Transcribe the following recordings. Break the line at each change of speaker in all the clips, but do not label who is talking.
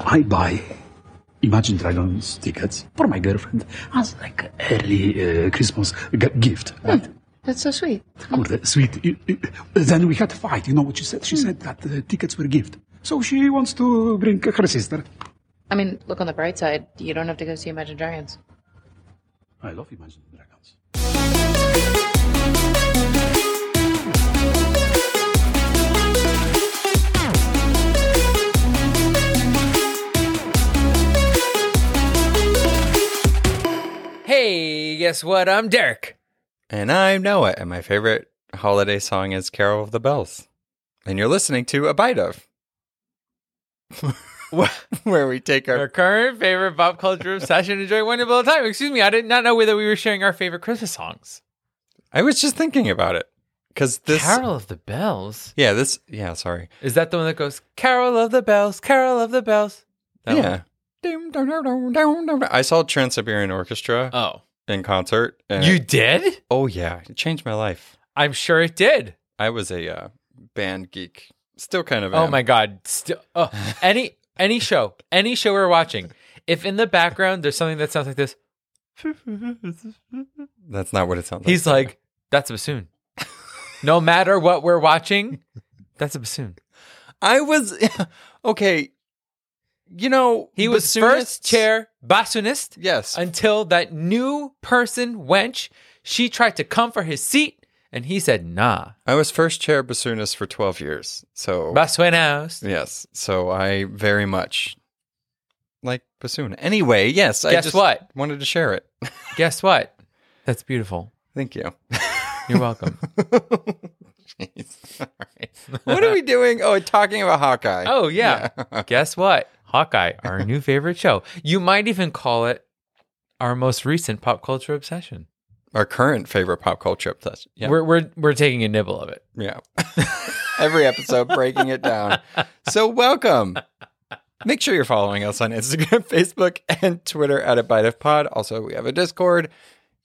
I buy. Imagine Dragons tickets for my girlfriend as like early uh, Christmas g- gift. right?
That's so sweet.
Kurde, sweet. I- I- Then we had a fight. You know what she said? She said that the tickets were a gift. So she wants to bring her sister.
I mean, look on the bright side. You don't have to go see Imagine Dragons.
I love Imagine Dragons.
Hey, guess what? I'm Derek.
And I'm Noah, and my favorite holiday song is Carol of the Bells. And you're listening to A Bite of, where we take
Our
our.
current favorite pop culture obsession. Enjoy wonderful time. Excuse me, I did not know whether we were sharing our favorite Christmas songs.
I was just thinking about it. Because this.
Carol of the Bells.
Yeah, this. Yeah, sorry.
Is that the one that goes Carol of the Bells, Carol of the Bells? That
yeah.
one?
Dum, dum, dum, dum, dum, dum, dum. I saw Trans Siberian Orchestra
Oh,
in concert. and-
you did?
Oh, yeah. It changed my life.
I'm sure it did.
I was a uh, band geek. Still kind of.
Oh
am.
my god! Still, oh, any any show, any show we're watching, if in the background there's something that sounds like this,
That's not what it sounds like.
he's like, "That's a bassoon." No matter what we're watching, that's a bassoon.
I was. okay. You know,
He was
bassoonists-
first chair bassoonist
Yes.
until that new person wench. She tried to come for his seat, and he said, "Nah,
I was first chair bassoonist for 12 years. So,
bassoonist."
yes. So I very much like bassoon. Anyway, yes. I
Guess
just
what?
Wanted to share it.
Guess what? That's beautiful.
Thank you.
You're welcome.
Jeez. All right. What are we doing? Oh, talking about Hawkeye.
Oh yeah. Guess what? Hawkeye, our new favorite show. You might even call it our most recent pop culture obsession.
Our current favorite pop culture obsession. Yeah.
We're we're we're taking a nibble of it.
yeah. Every episode breaking it down. So, welcome. Make sure you're following us on Instagram, Facebook, and Twitter at A Bite of Pod. Also, we have a Discord.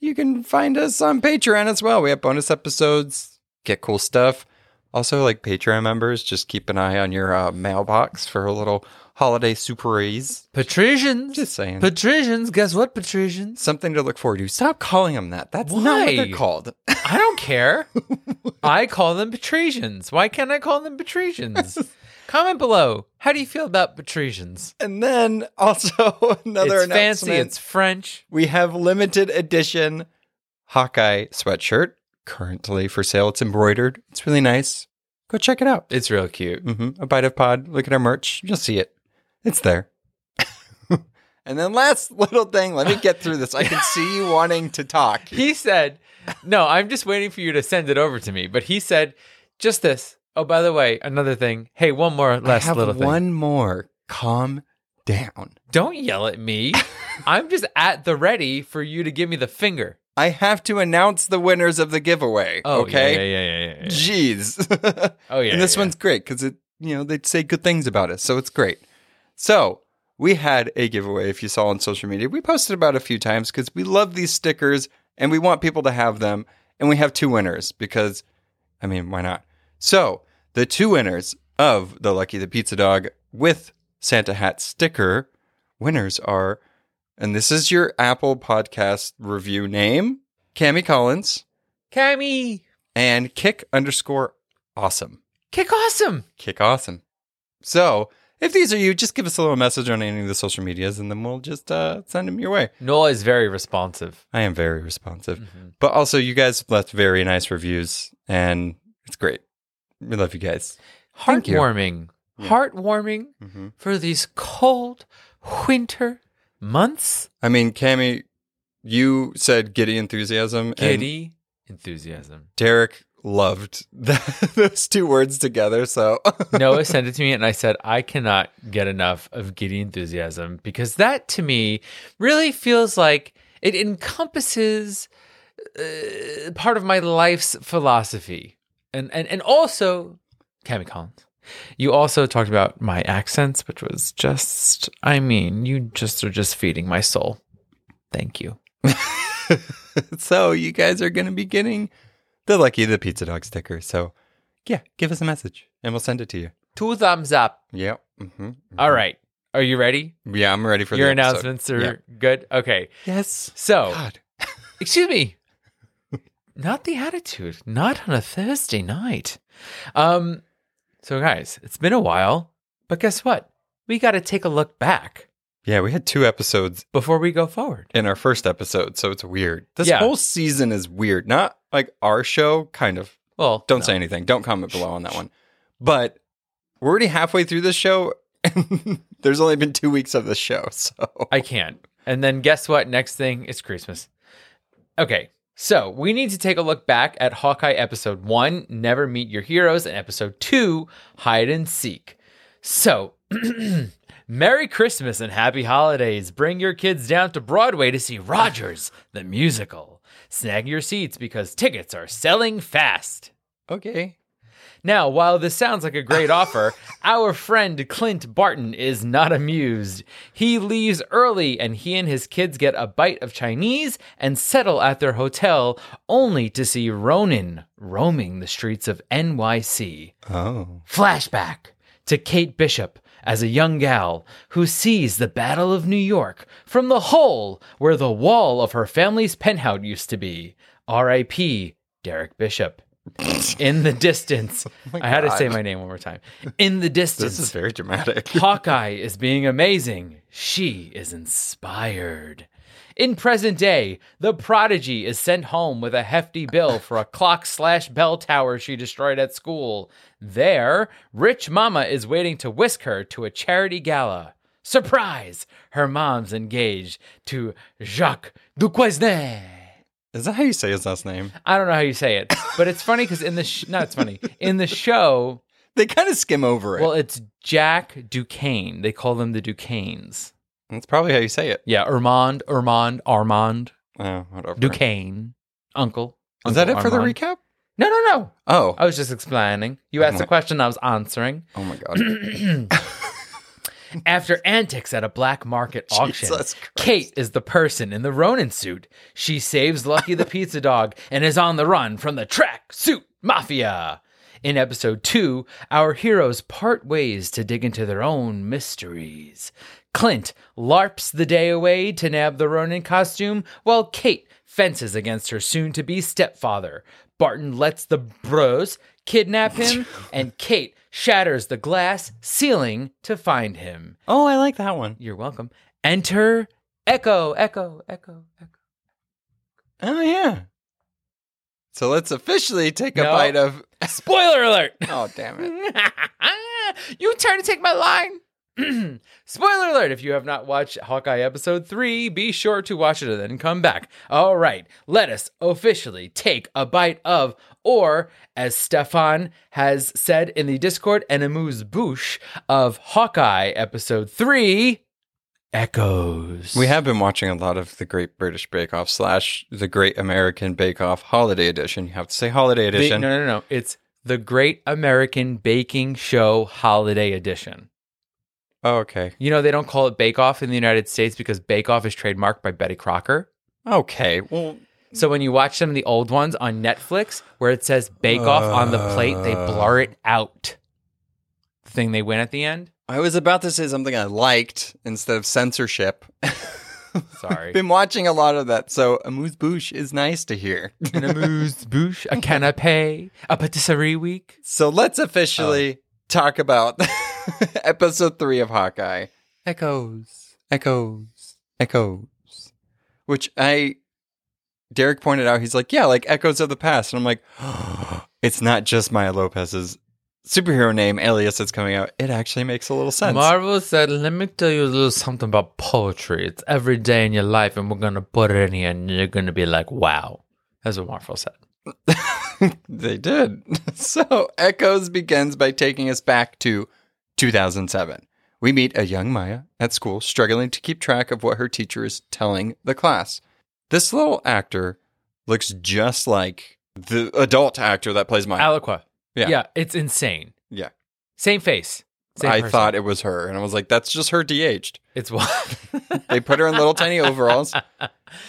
You can find us on Patreon as well. We have bonus episodes, get cool stuff. Also, like Patreon members, just keep an eye on your uh, mailbox for a little holiday surprise.
Patricians.
Just saying.
Patricians, guess what, Patricians?
Something to look forward to. Stop calling them that. That's not what
Why?
they're called.
I don't care. I call them Patricians. Why can't I call them Patricians? Comment below. How do you feel about Patricians?
and then also another
it's fancy,
announcement.
it's French.
we have limited edition Hawkeye sweatshirt currently for sale. It's embroidered. It's really nice. Go check it out.
It's real cute.
hmm A bite of pod. Look at our merch. You'll see it. It's there. and then last little thing. Let me get through this. I can see you wanting to talk.
He said, No, I'm just waiting for you to send it over to me. But he said, Just this. Oh, by the way, another thing. Hey, one more last
I have
little thing.
one more. Calm down.
Don't yell at me. I'm just at the ready for you to give me the finger.
I have to announce the winners of the giveaway.
Oh,
okay.
Yeah, yeah, yeah, yeah, yeah.
Jeez.
Oh, yeah.
and this
yeah,
one's great because it, you know, they say good things about us, so it's great. So we had a giveaway. If you saw on social media, we posted about it a few times because we love these stickers and we want people to have them. And we have two winners because, I mean, why not? So the two winners of the Lucky the Pizza Dog with Santa hat sticker winners are, and this is your Apple Podcast review name, Cami Collins
yeah. Cammy,
and Kick underscore Awesome
kick awesome.
kick awesome. So if these are you, just give us a little message on any of the social medias and then we'll just uh, send them your way.
Noah is very responsive.
I am very responsive. But also, you guys left very nice reviews and it's great. We love you guys. Thank you. Mm-hmm.
Heartwarming. Heartwarming for these cold winter months.
I mean, Cami, you said giddy enthusiasm. And
Giddy enthusiasm.
Derek loved that, those two words together. So
Noah sent it to me, and I said, I cannot get enough of giddy enthusiasm because that to me really feels like it encompasses uh, part of my life's philosophy. And, and, and also, Cami Collins, you also talked about my accents, which was just, I mean, you just are just feeding my soul. Thank you.
so you guys are going to be getting the Lucky the Pizza Dog sticker. So yeah, give us a message and we'll send it to you.
Two thumbs up.
Yep. Mm-hmm.
All right. Are you ready?
Yeah, I'm ready for
Your
the episode.
announcements are
Yeah.
good. Okay.
Yes.
So,
God.
excuse me. Not the attitude. Not on a Thursday night. Um so guys, it's been a while, but guess what? We got to take a look back
Yeah, we had two episodes
before we go forward.
in our first episode, so it's weird. This
Yeah.
whole season is weird. Not like our show, kind of.
Well,
Don't
no.
say anything. Don't comment below on that one. But we're already halfway through this show. And there's only been two weeks of this show, so
I can't. And then guess what? Next thing, it's Christmas. Okay. So we need to take a look back at Hawkeye episode one, Never Meet Your Heroes, and episode two, Hide and Seek. So, Merry Christmas and Happy Holidays. Bring your kids down to Broadway to see Rogers, the musical. Snag your seats because tickets are selling fast.
okay.
Now, while this sounds like a great offer, our friend Clint Barton is not amused. He leaves early and he and his kids get a bite of Chinese and settle at their hotel only to see Ronan roaming the streets of NYC.
Oh,
Flashback to Kate Bishop as a young gal who sees the Battle of New York from the hole where the wall of her family's penthouse used to be. R.I.P. Derek Bishop. In the distance, I had to say my name one more time. In the
Oh this is
distance,
very dramatic.
Hawkeye is being amazing. She is inspired. In present day, the prodigy is sent home with a hefty bill for a clock slash bell tower she destroyed at school. There, rich mama is waiting to whisk her to a charity gala. Surprise! Her mom's engaged to Jacques Duquesne.
Is that how you say his last name?
I don't know how you say it, but it's funny because in the sh- no, it's funny in the show.
They kind of skim over it.
Well, it's Jack Duquesne. They call them the Duquesnes.
That's probably how you say it.
Yeah, Armand, Armand, Armand,
Oh, whatever.
Duquesne, Uncle.
Is that it
Uncle
for the
Armand.
recap?
No, no, no.
Oh.
I was just explaining. You asked a question, I was answering.
Oh my god.
After antics at a black market auction,
Jesus Christ.
Kate is the person in the Ronin suit. She saves Lucky the pizza dog and is on the run from the track suit mafia. In episode two, our heroes part ways to dig into their own mysteries. Clint larps the day away to nab the Ronin costume, while Kate fences against her soon to be stepfather. Barton lets the bros kidnap him, and Kate shatters the glass ceiling to find him.
Oh, I like that one.
You're welcome. Enter Echo, Echo, Echo, Echo.
Oh yeah. So let's officially take a
No.
bite of.
Spoiler alert!
Oh damn it!
you turn to take my line. Spoiler alert! If you have not watched Hawkeye episode 3, be sure to watch it and then come back. All right, let us officially take a bite of, or as Stefan has said in the Discord and amuse bouche of Hawkeye episode 3, Echoes.
We have been watching a lot of the Great British Bake Off slash the Great American Bake Off Holiday Edition. You have to say Holiday
The-
Edition.
no, no, no. It's the Great American Baking Show Holiday Edition.
Oh, okay.
You know, they don't call it Bake Off in the United States because Bake Off is trademarked by Betty Crocker.
Okay. Well,
So when you watch some of the old ones on Netflix where it says Bake Off on the plate, they
Uh.
blur it out. The thing they win at the end.
I was about to say something I liked instead of censorship.
Sorry.
been watching a lot of that, so amuse bouche is nice to hear.
An amuse bouche, a canapé, a patisserie week.
so let's officially talk about episode three of Hawkeye. Echoes, echoes, echoes. Which I, Derek pointed out, he's like, yeah, like echoes of the past. And I'm like, it's not just Maya Lopez's superhero name, alias, that's coming out. It actually makes a little sense.
Marvel said, "Let me tell you a little something about poetry. It's every day in your life, and we're gonna put it in here, and you're gonna be like, wow." That's what Marvel said.
They did. So Echoes begins by taking us back to 2007. We meet a young Maya at school struggling to keep track of what her teacher is telling the class. This little actor looks just like the adult actor that plays Maya.
Aliqua.
Uh, Yeah.
yeah, it's insane.
yeah.
Same face. Same
I
person.
thought it was her and I was like that's just her DH.
it's what
They put her in little tiny overalls.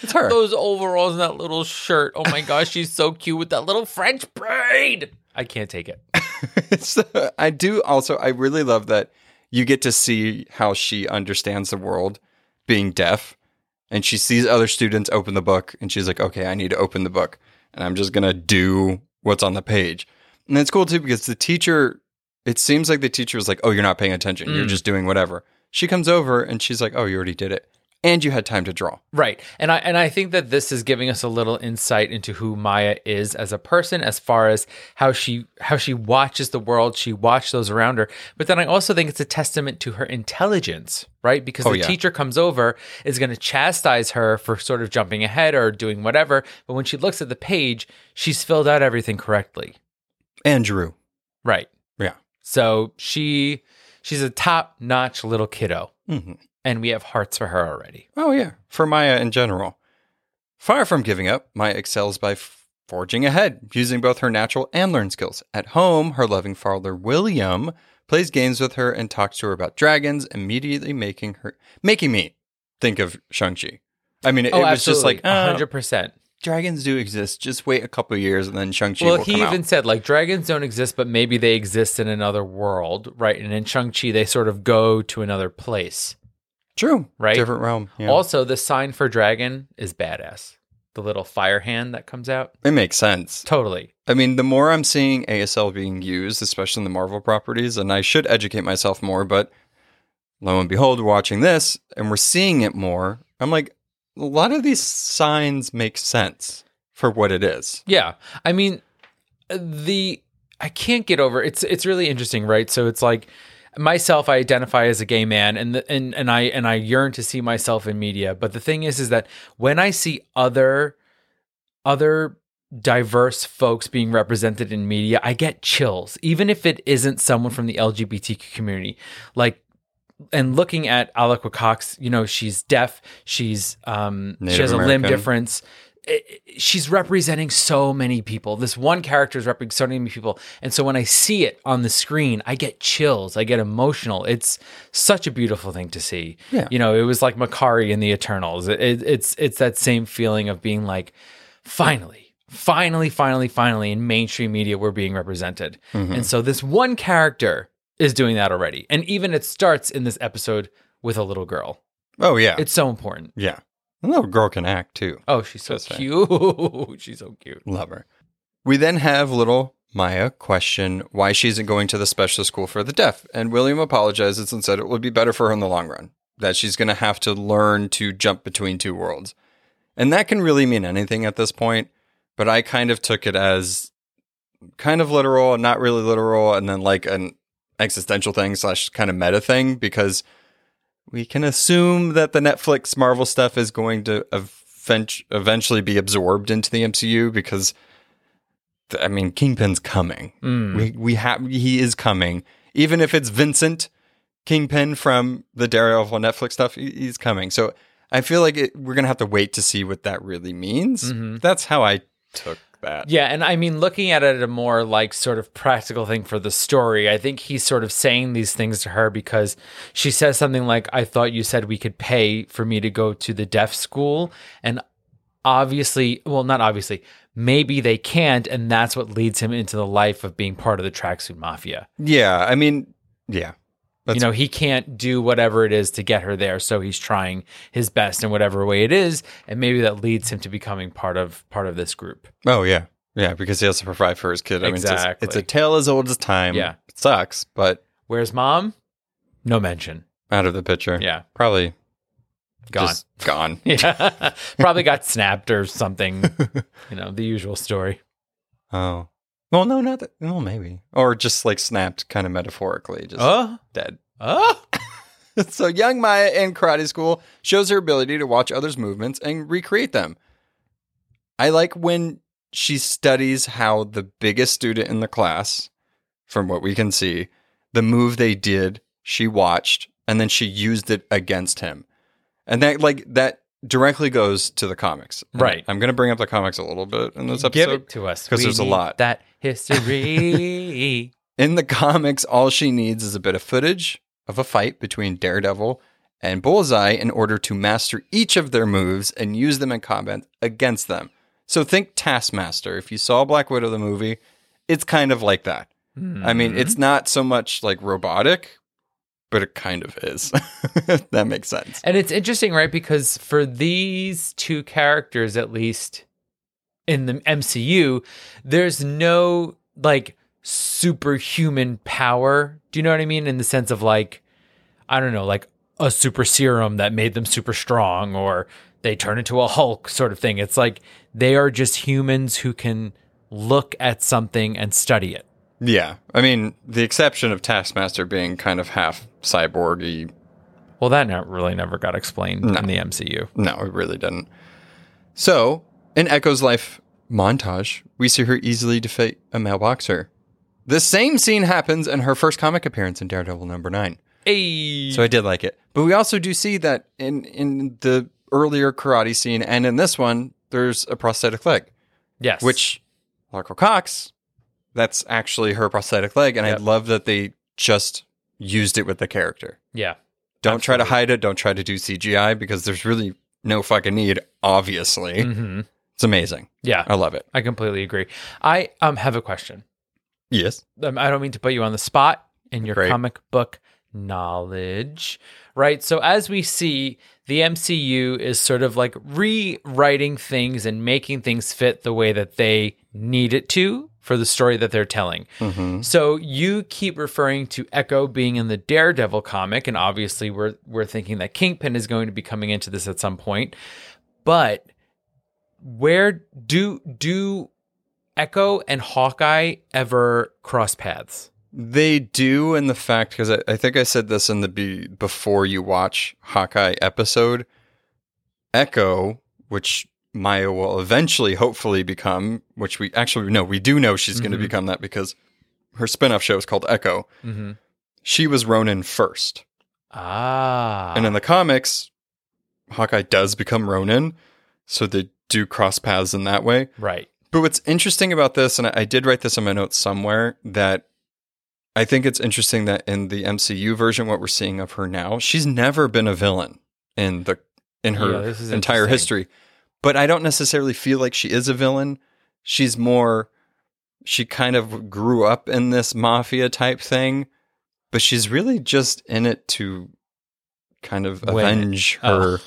It's her.
those overalls and that little shirt. Oh my gosh, she's so cute with that little French braid. I can't take it.
so I do also I really love that you get to see how she understands the world being deaf. And she sees other students open the book and she's like, okay, I need to open the book and I'm just going to do what's on the page. And that's cool too because the teacher, it seems like the teacher was like, oh, you're not paying attention. You're just doing whatever. She comes over and she's like, oh, you already did it. And you had time to draw.
Right. And I and I think that this is giving us a little insight into who Maya is as a person as far as how she how she watches the world, she watches those around her. But then I also think it's a testament to her intelligence, right? Because the
Oh, yeah.
teacher comes over is going to chastise her for sort of jumping ahead or doing whatever, but when she looks at the page, she's filled out everything correctly.
And drew.
Right.
Yeah.
So she she's a top-notch little kiddo.
Mhm.
And we have hearts for her already.
Oh, yeah. For Maya in general. Far from giving up, Maya excels by f- forging ahead, using both her natural and learned skills. At home, her loving father, William, plays games with her and talks to her about dragons, immediately making her, making me think of Shang-Chi. I mean, it,
Oh,
it was just like, uh,
100%.
dragons do exist. Just wait a couple years and then Shang-Chi
well,
will
he
come
even
out.
said like dragons don't exist, but maybe they exist in another world, right? And in Shang Chi, they sort of go to another place.
True.
Right?
Different realm. Yeah.
Also, the sign for dragon is badass. The little fire hand that comes out.
it makes sense.
Totally.
I mean, the more I'm seeing ASL being used, especially in the Marvel properties, and I should educate myself more, but lo and behold, we're watching this and we're seeing it more. I'm like, a lot of these signs make sense for what it is.
Yeah. I mean, the I can't get over it's it's really interesting, right? So it's like myself I identify as a gay man and the, and and I and I yearn to see myself in media, but the thing is is that when I see other other diverse folks being represented in media, I get chills, even if it isn't someone from the LGBTQ community. Like and looking at Aliqua Cox, you know, she's deaf, she's um she
Native
has a limb
American.
difference. It- it- She's representing so many people. This one character is representing so many people. And so when I see it on the screen, I get chills. I get emotional. It's such a beautiful thing to see.
Yeah.
You know, it was like Makari in the Eternals. It- it- it's it's that same feeling of being like, finally, finally, finally, finally, in mainstream media, we're being represented.
Mm-hmm.
And so this one character is doing that already. And even it starts in this episode with a little girl.
Oh, yeah.
It's so important.
yeah. And little girl can act too.
Oh, she's so
That's right.
cute. she's so cute.
Love her. We then have little Maya question why she isn't going to the special school for the deaf. And William apologizes and said it would be better for her in the long run, that she's going to have to learn to jump between two worlds. And that can really mean anything at this point, but I kind of took it as kind of literal, not really literal, and then like an existential thing slash kind of meta thing because we can assume that the Netflix Marvel stuff is going to event- eventually be absorbed into the MCU because, th- I mean, Kingpin's coming.
Mm.
We we have he is coming, even if it's Vincent Kingpin from the Daredevil Netflix stuff. he- He's coming, so I feel like it, we're gonna have to wait to see what that really means.
Mm-hmm.
That's how I took that.
Yeah, and I mean, looking at it a more like sort of practical thing for the story, I think he's sort of saying these things to her because she says something like, "I thought you said we could pay for me to go to the deaf school," and obviously, well, not obviously, maybe they can't, and that's what leads him into the life of being part of the tracksuit mafia.
yeah. I mean, yeah.
you know, he can't do whatever it is to get her there, so he's trying his best in whatever way it is, and maybe that leads him to becoming part of part of this group.
Oh yeah, yeah, because he has to provide for his kid. I mean, it's-
Exactly.
it's, a tale as old as time.
Yeah.
it sucks, but
Where's mom? No mention.
out of the picture.
Yeah.
probably
Gone.
just gone.
yeah. Probably got snapped or something. you know, the usual story.
Oh, well, no, not that. Well, maybe, or just like snapped, kind of metaphorically, just
Oh.
dead. Uh?
Oh.
so young Maya in karate school shows her ability to watch others' movements and recreate them. I like when she studies how the biggest student in the class, from what we can see, the move they did, she watched, and then she used it against him. And that like that directly goes to the comics. And
Right.
I'm gonna bring up the comics a little bit in this
Give
episode.
it to us.
'Cause
We
there's a
need
lot.
That history.
In the comics, all she needs is a bit of footage of a fight between Daredevil and Bullseye in order to master each of their moves and use them in combat against them. So think Taskmaster. If you saw Black Widow the movie, it's kind of like that. I mean, it's not so much like robotic, but it kind of is. that makes sense.
And it's interesting, right? Because for these two characters, at least in the MCU, there's no like superhuman power. Do you know what I mean? In the sense of like, I don't know, like a super serum that made them super strong or they turn into a Hulk sort of thing. It's like they are just humans who can look at something and study it.
Yeah. I mean, the exception of Taskmaster being kind of half cyborgy.
Well, that not really never got explained in the MCU.
No, it really didn't. So, in Echo's life montage, we see her easily defeat a mailboxer. The same scene happens in her first comic appearance in Daredevil number nine.
Hey.
So I did like it. But we also do see that in in the earlier karate scene and in this one, there's a prosthetic leg,
yes.
which Larko Cox, that's actually her prosthetic leg, and
Yep.
I love that they just used it with the character.
yeah.
Don't try to hide it. Don't try to do CGI because there's really no fucking need. Obviously,
hmm
it's amazing.
Yeah.
I love it.
I completely agree. I um have a question.
Yes.
Um, I don't mean to put you on the spot in your
Great.
comic book knowledge, right? So as we see, the MCU is sort of like rewriting things and making things fit the way that they need it to for the story that they're telling.
Mm-hmm.
So you keep referring to Echo being in the Daredevil comic, and obviously we're we're thinking that Kingpin is going to be coming into this at some point. But where do do Echo and Hawkeye ever cross paths?
They do, in the fact because I, I think I said this in the be, before you watch Hawkeye episode. Echo, which Maya will eventually, hopefully, become, which we actually no, we do know she's going to
Mhm.
become that because her spin-off show is called Echo.
Mm-hmm.
She was Ronin first.
Ah,
And in the comics, Hawkeye does become Ronin, so they do cross paths in that way.
right.
But what's interesting about this, and I, I did write this in my notes somewhere, that I think it's interesting that in the MCU version, what we're seeing of her now, she's never been a villain in the in
Yeah,
her
this is
entire
interesting.
history. But I don't necessarily feel like she is a villain. She's more she kind of grew up in this mafia type thing, but she's really just in it to kind of
Win.
avenge
Oh.
her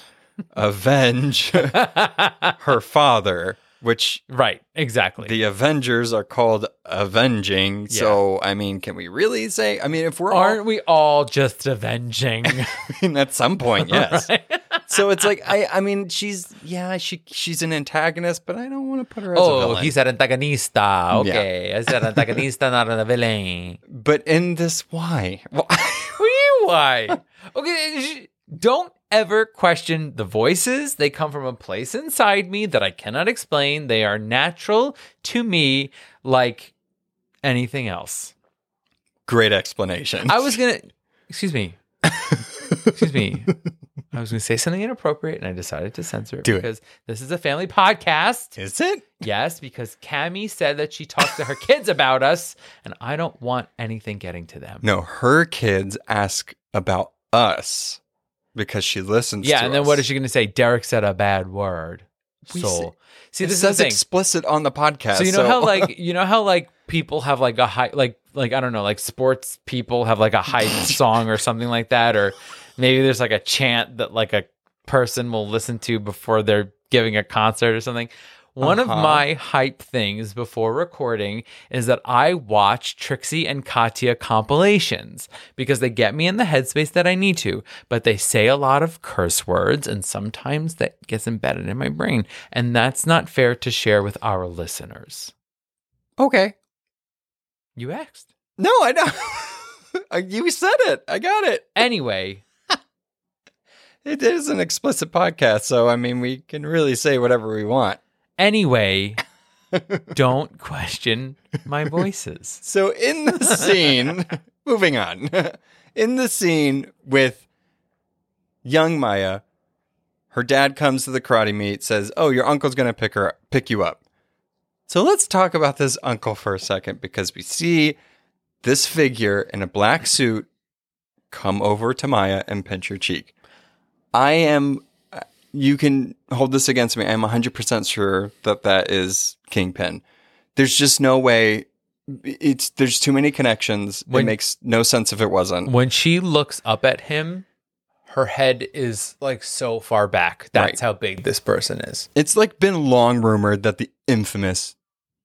avenge her father, which
right, exactly.
the Avengers are called avenging.
Yeah.
So, I mean, can we really say? I mean, if we're
Aren't
all,
we all just avenging?
I mean, at some point, yes.
Right?
So it's like I, I mean, she's yeah, she she's an antagonist, but I don't want to put her as a
Oh,
villain.
he's an antagonista. Okay, he's an antagonista, not a villain.
but in this, why? Well,
What do you- Why? Okay, sh- don't ever question the voices. They come from a place inside me that I cannot explain. They are natural to me, like anything else.
great explanation.
I was gonna. Excuse me. Excuse me. I was gonna say something inappropriate, and I decided to censor it
Do it.
because this is a family podcast.
Is it?
Yes, because Cammie said that she talked to her kids about us, and I don't want anything getting to them.
No, her kids ask about us because she listens.
yeah,
to
and then what
us.
is she going to say? Derek said a bad word.
We
So see,
It
this is
says
the thing.
explicit on the podcast.
so you know how like you know how like people have like a high like like I don't know like sports people have like a hype song or something like that, or maybe there's like a chant that like a person will listen to before they're giving a concert or something. One
Uh-huh.
of my hype things before recording is that I watch Trixie and Katya compilations because they get me in the headspace that I need to, but they say a lot of curse words and sometimes that gets embedded in my brain. And that's not fair to share with our listeners.
okay.
You asked.
No, I know. you said it. I got it.
Anyway,
It is an explicit podcast, so I mean, we can really say whatever we want.
anyway, don't question my voices.
So in the scene, moving on. In the scene with young Maya, her dad comes to the karate meet, says, "Oh, your uncle's going to pick her pick you up." So let's talk about this uncle for a second because we see this figure in a black suit come over to Maya and pinch her cheek. I am you can hold this against me. I'm 100% sure that that is Kingpin. There's just no way it's there's too many connections.
When-
it makes no sense if it wasn't.
When she looks up at him, her head is like so far back. That's
Right.
how big this person is.
It's like been long rumored that the infamous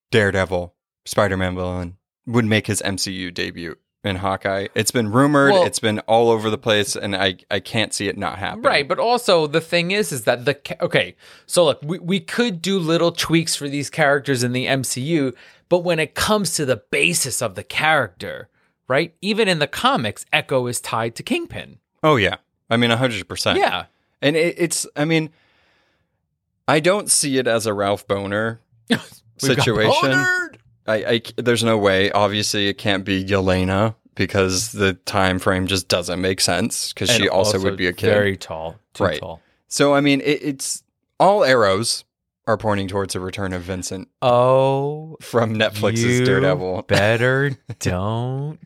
Daredevil, Spider-Man villain, would make his MCU debut in Hawkeye. It's been rumored.
Well-
it's been all over the place, and I I can't see it not happening.
Right, but also the thing is, is that the ca- okay. So look, we we could do little tweaks for these characters in the MCU, but when it comes to the basis of the character, right? Even in the comics, Echo is tied to Kingpin.
Oh yeah. I mean, hundred percent.
Yeah,
And it, it's, I mean, I don't see it as a Ralph Boner
We've got
situation.
Bonard!
I, I c- there's no way. Obviously, it can't be Yelena because the time frame just doesn't make sense because she
And
also, would be a kid.
Very tall, too
Right.
tall.
So I mean, it, it's all arrows are pointing towards the return of Vincent
Oh,
from Netflix's
you
Daredevil.
better don't.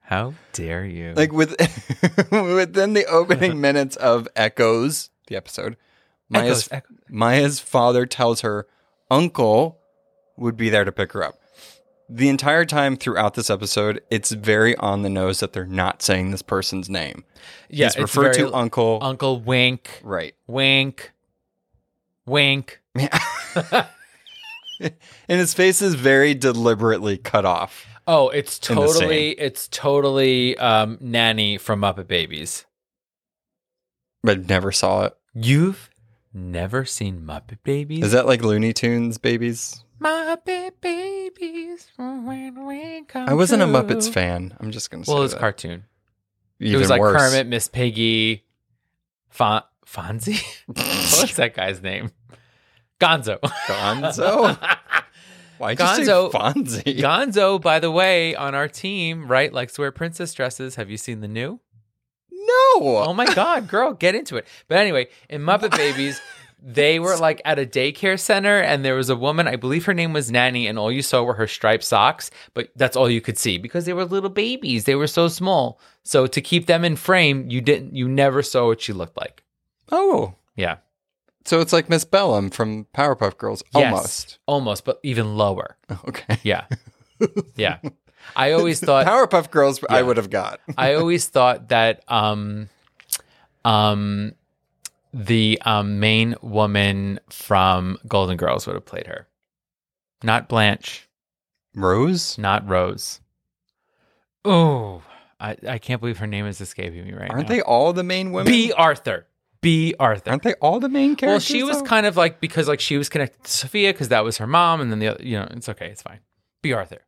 How dare you?
Like with within the opening minutes of Echoes, the episode, Maya's
Echoes, Echo-
Maya's father tells her uncle would be there to pick her up. The entire time throughout this episode, it's very on the nose that they're not saying this person's name.
yeah,
He's
it's
referred
very-
to uncle.
Uncle Wink,
right.
Wink, Wink.
And his face is very deliberately cut off.
Oh, it's
In the same.
totally, it's totally um, Nanny from Muppet Babies.
But never saw it.
You've never seen Muppet Babies?
Is that like Looney Tunes babies?
Muppet Babies? from When we come
I wasn't a
to-
Muppets fan. I'm just gonna say
Well, it's
that.
cartoon.
Even
it was like
worse.
Kermit, Miss Piggy, Fon- Fonzie. What's that guy's name? Gonzo.
Gonzo. Why'd
Gonzo-
you say Fonzie?
Gonzo, by the way, on our team, right, likes to wear princess dresses. Have you seen the new?
no.
Oh my god, girl, get into it. But anyway, in Muppet Babies, they were like at a daycare center and there was a woman, I believe her name was Nanny, and all you saw were her striped socks, but that's all you could see because they were little babies. They were so small. So to keep them in frame, you didn't you never saw what she looked like.
oh.
Yeah.
So it's like Miss Bellum from Powerpuff Girls,
Yes.
almost.
Almost, but even lower.
Okay.
Yeah. yeah. I always thought
Powerpuff Girls, I would have got.
I always thought that um, um, the um, main woman from Golden Girls would have played her, not Blanche,
Rose?
not Rose. Oh, I, I can't believe her name is escaping me right
Aren't
now.
they all the main women?
B. Arthur? B. Arthur.
Aren't they all the main
Well,
characters?
she was
though?
kind of like because like she was connected to Sophia because that was her mom, and then the other, you know it's okay, it's fine. B. Arthur.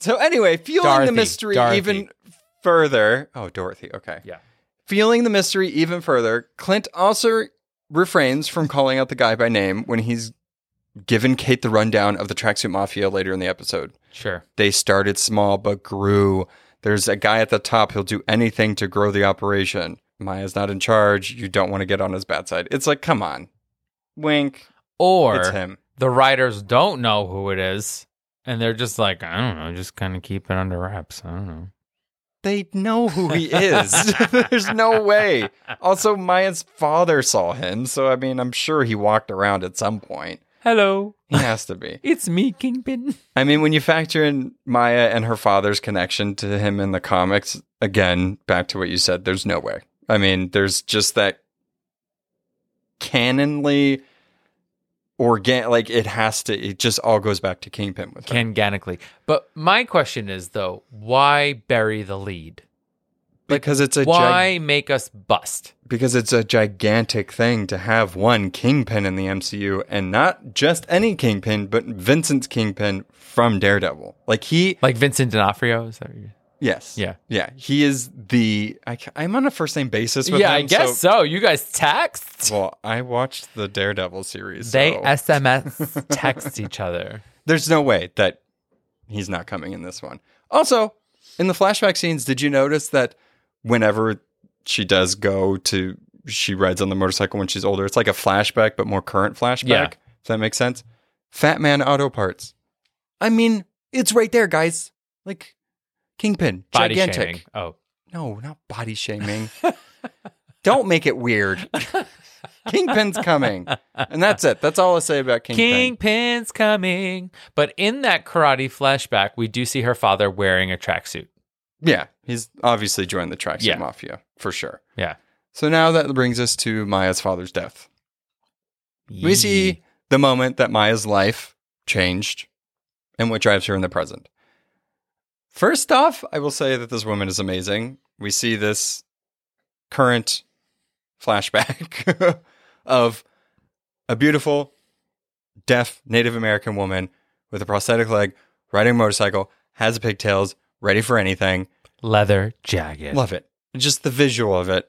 So anyway, fueling the
Dorothy,
mystery
Dorothy.
even further. Oh, Dorothy. Okay.
Yeah.
Feeling the mystery even further, Clint also refrains from calling out the guy by name when he's given Kate the rundown of the Tracksuit Mafia later in the episode.
Sure.
They started small but grew. There's a guy at the top who'll do anything to grow the operation. Maya's not in charge. You don't want to get on his bad side. It's like, come on. Wink.
Or
it's him.
the writers don't know who it is and they're just like i don't know just kind of keep it under wraps i don't know
They know who he is. There's no way. Also, Maya's father saw him, so I mean, I'm sure he walked around at some point.
hello
He has to be.
it's me kingpin
I mean, when you factor in Maya and her father's connection to him in the comics, again, back to what you said, there's no way. I mean, there's just that canonly organ like it has to it just all goes back to Kingpin with her.
organically but my question is though why bury the lead
because it's a gigantic
why make us bust
because it's a gigantic thing to have one kingpin in the MCU and not just any kingpin, but Vincent's kingpin from Daredevil. Like he,
like vincent d'onofrio is that what you
yes,
Yeah.
yeah, he is the. I, ca- I'm on a first name basis with
yeah i
him.
guess so. you guys text
Well, I watched the Daredevil series.
they
so
sms text each other
there's no way that he's not coming in this one. Also, in the flashback scenes, did you notice that whenever she does go to, she rides on the motorcycle when she's older, it's like a flashback, but more current flashback?
Yeah.
Does that make sense? Fat Man Auto Parts. I mean, it's right there, guys. Like Kingpin,
body
gigantic.
shaming oh
No, not body shaming. Don't make it weird. Kingpin's coming. And that's it. That's all I say about Kingpin.
Kingpin's coming. But in that karate flashback, we do see her father wearing a tracksuit.
Yeah, he's obviously joined the Tracksuit
Yeah.
Mafia for sure.
Yeah.
So now that brings us to Maya's father's death. We see the moment that Maya's life changed and what drives her in the present. First off, I will say that this woman is amazing. We see this current flashback of a beautiful, deaf Native American woman with a prosthetic leg riding a motorcycle, has pigtails, ready for anything.
leather jacket.
Love it. Just the visual of it.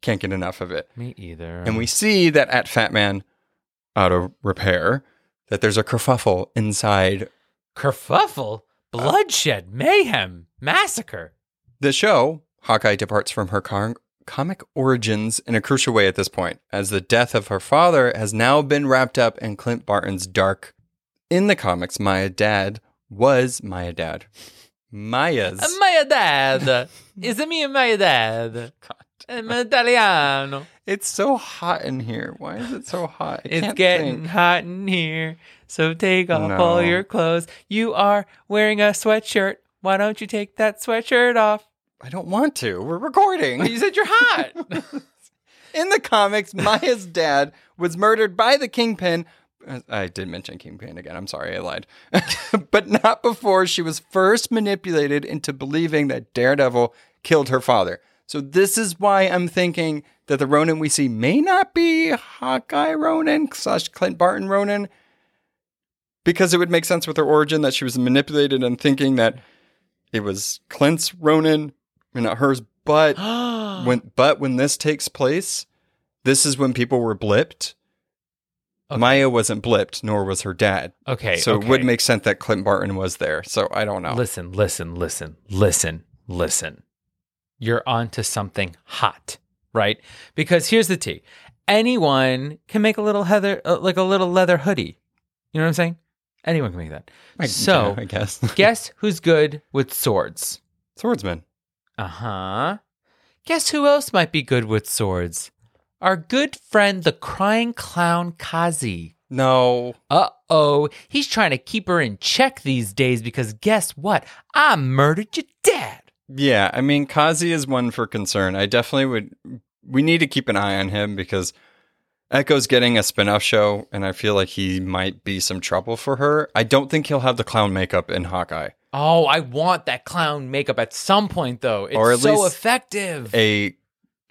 Can't get enough of it.
Me either.
And we see that at Fat Man Auto Repair that there's a kerfuffle inside
kerfuffle, bloodshed, mayhem, massacre.
the show. Hawkeye departs from her con- comic origins in a crucial way at this point, as the death of her father has now been wrapped up in Clint Barton's dark. In the comics, Maya Dad was Maya Dad. Maya's.
Uh, My dad is me, my dad. I'm Italiano.
it's so hot in here. Why is it so hot? I
It's
can't
getting
think.
hot in here, so take off all
No.
your clothes. You are wearing a sweatshirt. Why don't you take that sweatshirt off?
I don't want to. We're recording.
You said you're hot.
In the comics, Maya's dad was murdered by the Kingpin. Uh, I did mention Kingpin again. I'm sorry, I lied. but not before she was first manipulated into believing that Daredevil killed her father. So this is why I'm thinking that the Ronin we see may not be Hawkeye Ronin slash Clint Barton Ronin, because it would make sense with her origin that she was manipulated and thinking that it was Clint's Ronin and not hers. But when but when this takes place, this is when people were blipped.
Okay.
Maya wasn't blipped, nor was her dad.
okay,
so
okay.
it would make sense that Clint Barton was there. So I don't know.
Listen, listen, listen, listen, listen. You're onto something hot, right? Because here's the tea: anyone can make a little heather, uh, like a little leather hoodie. You know what I'm saying? Anyone can make that.
I-
so,
yeah, I guess
guess who's good with swords?
swordsman.
Uh huh. Guess who else might be good with swords? Our good friend, the crying clown Kazi.
No,
Uh oh, he's trying to keep her in check these days because guess what? I murdered your dad.
yeah. I mean, Kazi is one for concern. I definitely would. We need to keep an eye on him because Echo's getting a spin-off show, and I feel like he might be some trouble for her. I don't think he'll have the clown makeup in Hawkeye.
Oh, I want that clown makeup at some point though. It's
Or at
so
least
effective.
a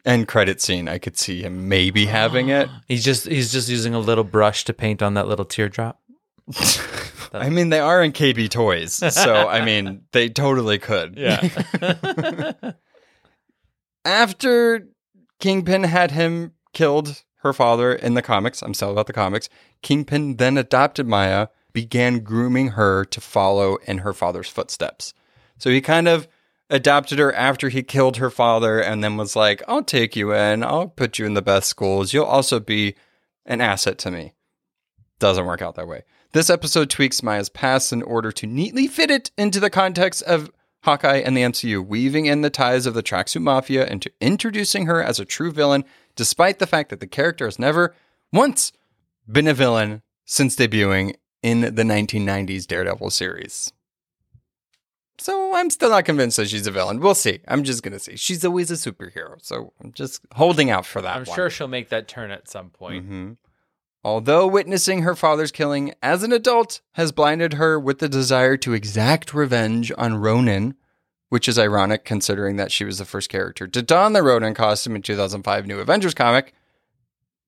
end credit scene. I could see him maybe having it.
He's just he's just using a little brush to paint on that little teardrop.
I mean, they are in KB Toys, so I mean, they totally could. After Kingpin had him killed her father in the comics, I'm still about the comics. Kingpin then adopted Maya, began grooming her to follow in her father's footsteps. So he kind of adopted her after he killed her father and then was like, I'll take you in. I'll put you in the best schools. You'll also be an asset to me. Doesn't work out that way. This episode tweaks Maya's past in order to neatly fit it into the context of Hawkeye and the MCU, weaving in the ties of the Tracksuit Mafia into introducing her as a true villain, despite the fact that the character has never once been a villain since debuting in the 1990s Daredevil series. So I'm still not convinced that she's a villain. We'll see. I'm just gonna see. She's always a superhero, so I'm just holding out for that.
I'm
one.
sure she'll make that turn at some point.
Mhm. Although witnessing her father's killing as an adult has blinded her with the desire to exact revenge on Ronan, which is ironic considering that she was the first character to don the Ronan costume in 2005 New Avengers comic.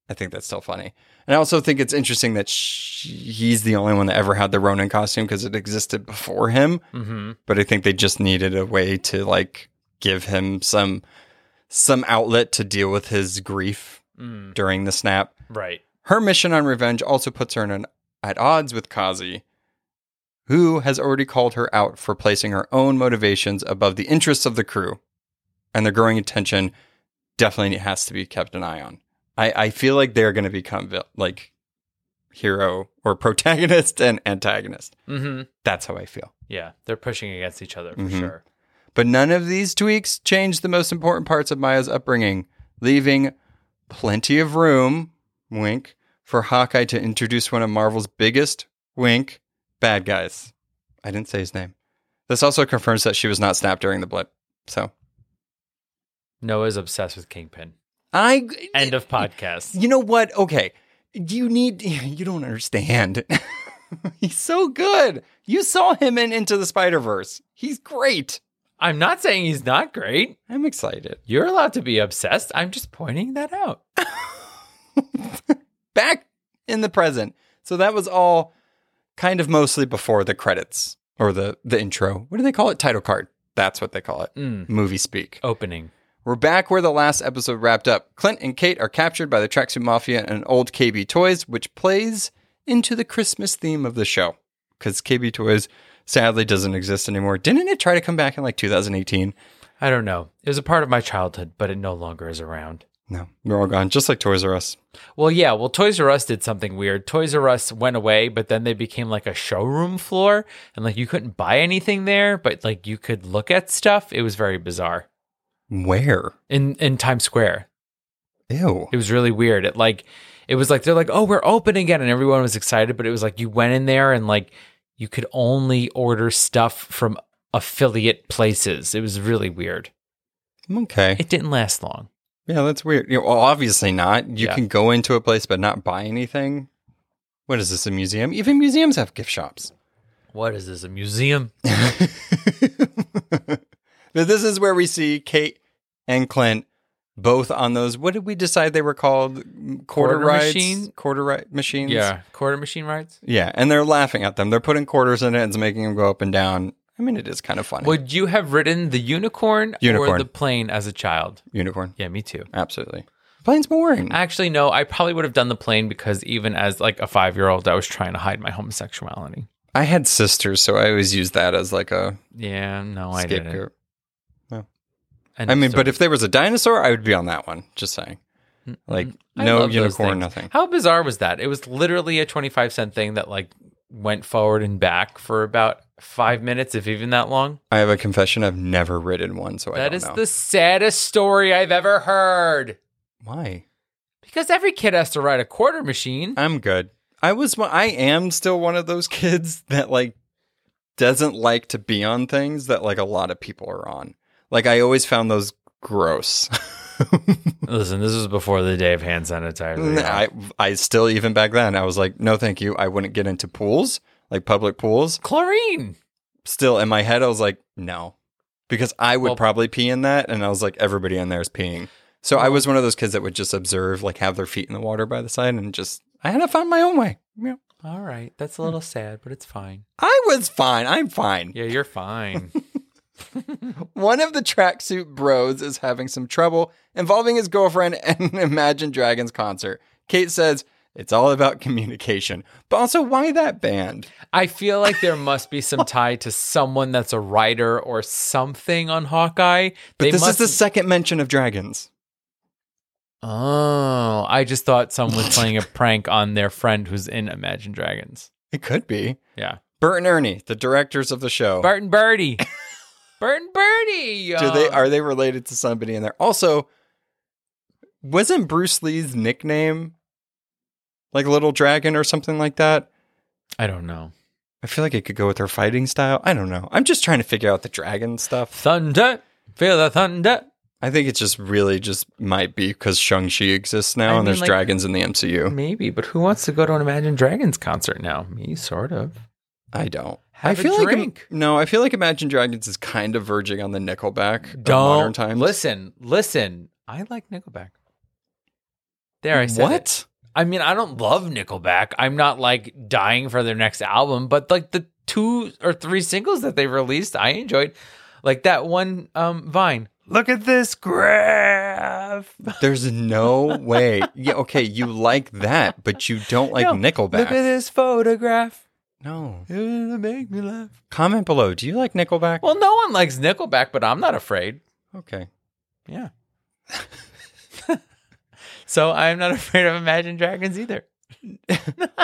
I think that's still funny. And I also think it's interesting that sh he's the only one that ever had the Ronan costume because it existed before him
Mm-hmm.
but I think they just needed a way to like give him some some outlet to deal with his grief
Mm.
during the snap.
Right.
Her mission on revenge also puts her in an, at odds with Kazi, who has already called her out for placing her own motivations above the interests of the crew, and their growing attention definitely has to be kept an eye on. I, I feel like they're going to become vil- like hero or protagonist and antagonist.
Mm-hmm.
That's how I feel.
Yeah, they're pushing against each other for
Mhm.
sure.
But none of these tweaks change the most important parts of Maya's upbringing, leaving plenty of room wink, for Hawkeye to introduce one of Marvel's biggest wink bad guys. I didn't say his name. This also confirms that she was not snapped during the blip. So
Noah's obsessed with Kingpin.
I
End of podcast.
You know what? Okay. You need you don't understand. He's so good. You saw him in Into the Spider-Verse. He's great.
I'm not saying he's not great.
I'm excited.
You're allowed to be obsessed. I'm just pointing that out.
Back in the present. So that was all kind of mostly before the credits or the the intro. What do they call it? Title card. That's what they call it.
Mm.
Movie speak.
Opening.
We're back where the last episode wrapped up. Clint and Kate are captured by the Tracksuit Mafia and old KB Toys, which plays into the Christmas theme of the show. Because KB Toys sadly doesn't exist anymore. Didn't it try to come back in like 2018?
I don't know. It was a part of my childhood, but it no longer is around.
No, they're all gone, just like Toys R Us.
Well, yeah. Well, Toys R Us did something weird. Toys R Us went away, but then they became like a showroom floor, and like you couldn't buy anything there, but like you could look at stuff. It was very bizarre.
Where?
In in Times Square,
Ew.
It was really weird. It like it was like they're like, "Oh, we're open again." And everyone was excited, but it was like you went in there and like you could only order stuff from affiliate places. It was really weird.
Okay.
It didn't last long.
Yeah, that's weird. You know, well, obviously not. You
Yeah.
can go into a place but not buy anything. What is this, a museum? Even museums have gift shops.
What is this? A museum?
but this is where we see Kate and Clint both on those. What did we decide they were called? Mm, Quarter,
Quarter
rides,
machine?
quarter ride machines.
Yeah. Quarter machine rides?
yeah, and they're laughing at them. They're putting quarters in it and it's making them go up and down. I mean, it is kind of funny.
Would you have ridden the unicorn, or
Unicorn.
the plane as a child?
Unicorn,
Yeah, me too.
absolutely. Plane's boring.
Actually, no, I probably would have done the plane because even as like a five year old, I was trying to hide my homosexuality.
I had sisters, so I always used that as like a
Yeah, no, I didn't.
scapegoat.
And
I mean,
so-
but if there was a dinosaur, I would be on that one. Just saying, like
I
no
love those
unicorn,
things.
nothing.
How bizarre was that? It was literally a 25 cent thing that like went forward and back for about five minutes, if even that long.
I have a confession. I've never ridden one, so I
that
don't
is
know.
the saddest story I've ever heard.
Why?
Because every kid has to ride a quarter machine.
I'm good. I was. one- I am still one of those kids that like doesn't like to be on things that like a lot of people are on. Like I always found those gross.
Listen, this was before the day of hand sanitizer.
I I still even back then I was like, no, thank you. I wouldn't get into pools like public pools.
Chlorine.
Still in my head, I was like, no, because I would
Well-
probably pee in that, and I was like, everybody in there is peeing. So I was one of those kids that would just observe, like have their feet in the water by the side, and just I had to find my own way. Yeah.
All right. That's a little sad, but it's fine.
I was fine. I'm fine.
Yeah, you're fine.
One of the tracksuit bros is having some trouble involving his girlfriend and an Imagine Dragons concert. Kate says, It's all about communication. But also, why that band?
I feel like there must be some tie to someone that's a writer or something on Hawkeye.
But
they
this
must
is the second mention of dragons.
Oh, I just thought someone was playing a prank on their friend who's in Imagine Dragons.
It could be.
Yeah.
Bert and Ernie, the directors of the show.
Bart and Birdie. Bart and Birdie.
Oh. Do they
um,
are they related to somebody in there? Also, wasn't Bruce Lee's nickname like Little Dragon or something like that?
I don't know.
I feel like it could go with their fighting style. I don't know. I'm just trying to figure out the dragon stuff.
Thunder. Feel the thunder.
I think it just really just might be because Shang-Chi exists now
I mean,
and there's
like-
dragons in the MCU.
Maybe, but who wants to go to an Imagine Dragons concert now? Me, sort of.
I don't.
Have
I
a
feel like
drink.
no, I feel like Imagine Dragons is kind of verging on the Nickelback of modern
Don't.
times.
Listen, listen. I like Nickelback. There, I said it.
what?
I mean, I don't love Nickelback. I'm not like dying for their next album, but like the two or three singles that they released, I enjoyed. Like that one um Vine. Look at this graph.
There's no way. Yeah, okay, you like that, but you don't like
No, Look at
Nickelback.
this photograph.
No.
It'll make me laugh.
Comment below. Do you like Nickelback?
Well, no one likes Nickelback, but I'm not afraid.
okay.
Yeah. so I'm not afraid of Imagine Dragons either.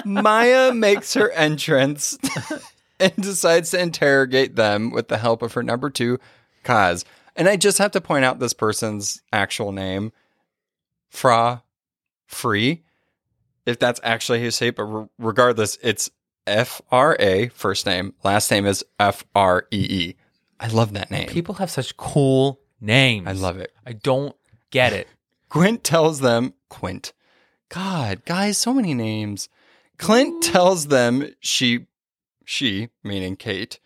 Maya makes her entrance and decides to interrogate them with the help of her number two, Kaz. And I just have to point out this person's actual name, Fra Free. if that's actually his shape, but re- regardless, it's F R A first name, last name is F R E E. I love that name.
People have such cool names.
I love it.
I don't get it.
Gwent tells them Quint. God, guys, so many names. Clint tells them she she, meaning Kate,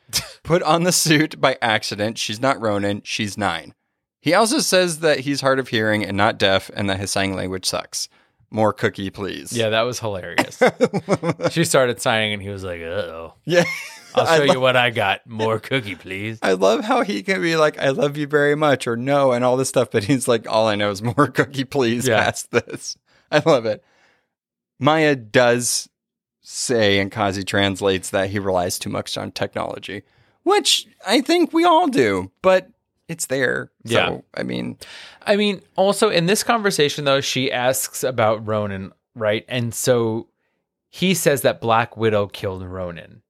put on the suit by accident. She's not Ronan, she's nine. He also says that he's hard of hearing and not deaf and that his sign language sucks. More cookie, please.
Yeah, that was hilarious. she started signing, and he was like, "Uh oh,
Yeah.
I'll
I
show you what I got. More cookie, please."
I love how he can be like, I love you very much, or no, and all this stuff, but he's like, all I know is more cookie, please,
Yeah.
past this. I love it. Maya does say, and Kazi translates, that he relies too much on technology, which I think we all do, but it's there. So,
Yeah.
I mean,
I mean, also in this conversation, though, she asks about Ronan, right? And so he says that Black Widow killed Ronan.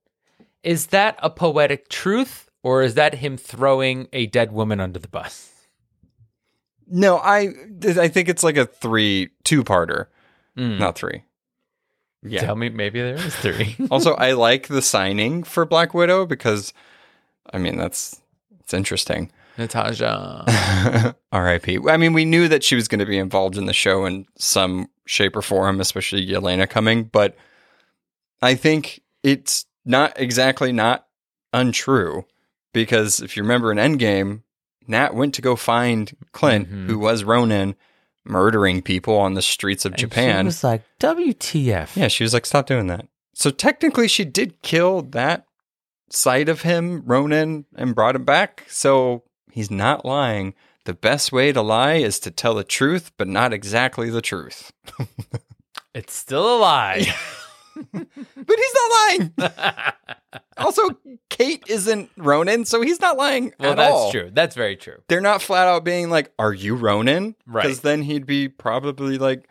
Is that a poetic truth, or is that him throwing a dead woman under the bus?
no, I, I think it's like a three, two parter,
Mm.
not three. Yeah.
Tell me, maybe there is three.
also, I like the signing for Black Widow because, I mean, that's, it's interesting.
Natasha.
R.I.P. I mean, we knew that she was going to be involved in the show in some shape or form, especially Yelena coming, but I think it's not exactly not untrue because if you remember in Endgame, Nat went to go find Clint,
Mhm.
who was Ronin, murdering people on the streets of Japan.
was like, WTF.
yeah, she was like, stop doing that. So technically, she did kill that side of him, Ronan, and brought him back. So he's not lying. The best way to lie is to tell the truth, but not exactly the truth.
It's still a lie.
But he's not lying. also, Kate isn't Ronan, so he's not lying
well,
at
that's
all.
true. That's very true.
They're not flat out being like, "Are you Ronan?"
Right.
Because then he'd be probably like,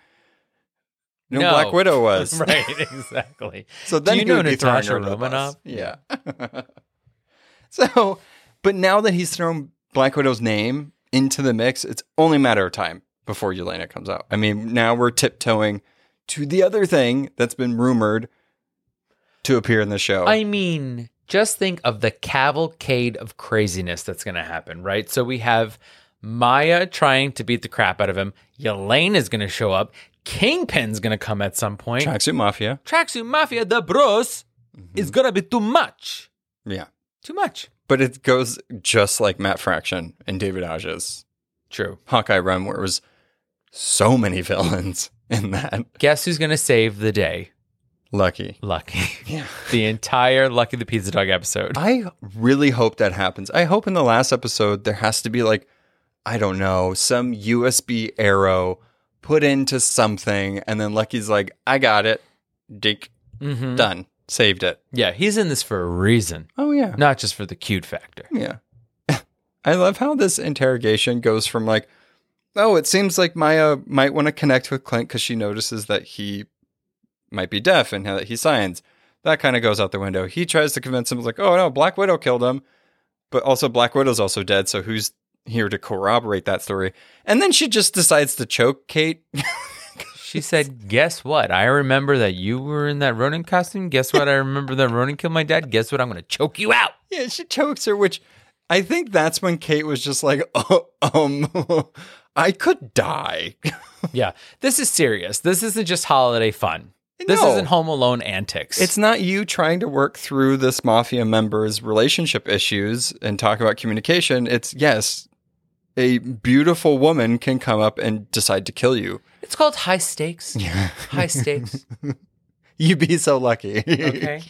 "No,
No.
Black Widow was."
right, exactly.
So then
Do
he
you know
would be throwing
Natasha
her under the
Romanoff?
bus. Yeah. so, but now that he's thrown Black Widow's name into the mix, it's only a matter of time before Yelena comes out. I mean, now we're tiptoeing to the other thing that's been rumored to appear in the show.
I mean, just think of the cavalcade of craziness that's going to happen, right? So we have Maya trying to beat the crap out of him. Yelena is going to show up. Kingpin's going to come at some point.
Tracksuit Mafia.
Tracksuit Mafia, the bros,
Mm-hmm.
is going to be too much.
Yeah.
Too much.
But it goes just like Matt Fraction and David Aja's
True.
Hawkeye run, where it was so many villains in that.
Guess who's going to save the day?
Lucky.
Lucky.
Yeah.
the entire Lucky the Pizza Dog episode.
I really hope that happens. I hope in the last episode there has to be like, I don't know, some USB arrow put into something, and then Lucky's like, I got it. Dink.
Mhm.
Done. Saved it.
Yeah, he's in this for a reason,
Oh yeah.
not just for the cute factor.
Yeah. I love how this interrogation goes from like, oh, it seems like Maya might want to connect with Clint because she notices that he might be deaf and that he signs. That kind of goes out the window. He tries to convince him, like, oh no, Black Widow killed him. But also, Black Widow's also dead. So who's here to corroborate that story? And then she just decides to choke Kate.
She said, Guess what? I remember that you were in that Ronin costume. Guess what? I remember that Ronin killed my dad. Guess what? I'm going to choke you out.
yeah, she chokes her, which I think that's when Kate was just like, oh, um, I could die.
Yeah, this is serious. This isn't just holiday fun. This
No.
isn't Home Alone antics.
It's not you trying to work through this mafia member's relationship issues and talk about communication. It's yes, a beautiful woman can come up and decide to kill you.
it's called high stakes. High stakes.
You'd be so lucky.
Okay.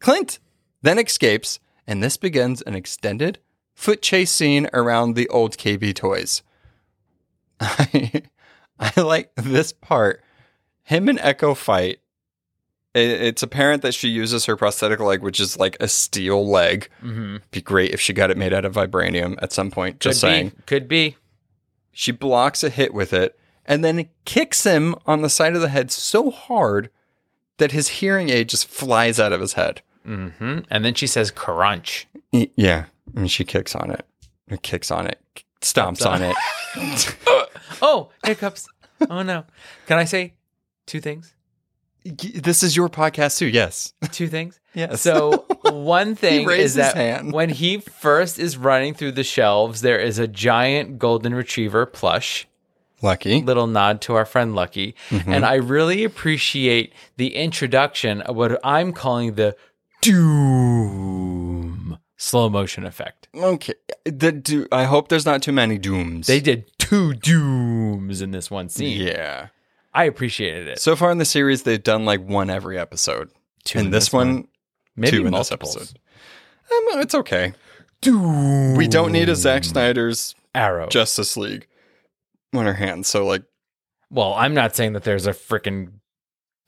Clint then escapes, and this begins an extended foot chase scene around the old KB toys. I, I like this part. Him and Echo fight. It, it's apparent that she uses her prosthetic leg, which is like a steel leg.
Mhm.
Be great if she got it made out of vibranium at some point.
Could
Just saying.
Be, could be.
She blocks a hit with it and then kicks him on the side of the head so hard that his hearing aid just flies out of his head.
hmm And then she says, Crunch.
Y- Yeah. I mean, she kicks on it. Or kicks on it. Stomps on it.
Oh, hiccups. oh, no. Can I say Two things.
Y- This is your podcast too. Yes.
Two things.
Yes.
So one thing
raised
is
his
that
hand.
when he first is running through the shelves, there is a giant golden retriever plush.
Lucky.
Little nod to our friend Lucky,
Mm-hmm.
and I really appreciate the introduction of what I'm calling the doom slow motion effect.
Okay. The, do, I hope there's not too many dooms.
They did two dooms in this one scene.
Yeah.
I appreciated it.
So far in the series, they've done like one every episode.
Two
and
in
this,
this
one,
Maybe
two in this
multiples.
episode. Um, it's okay.
Doom
We don't need a Zack Snyder's
arrow.
Justice League on our hands. So like,
well, I'm not saying that there's a freaking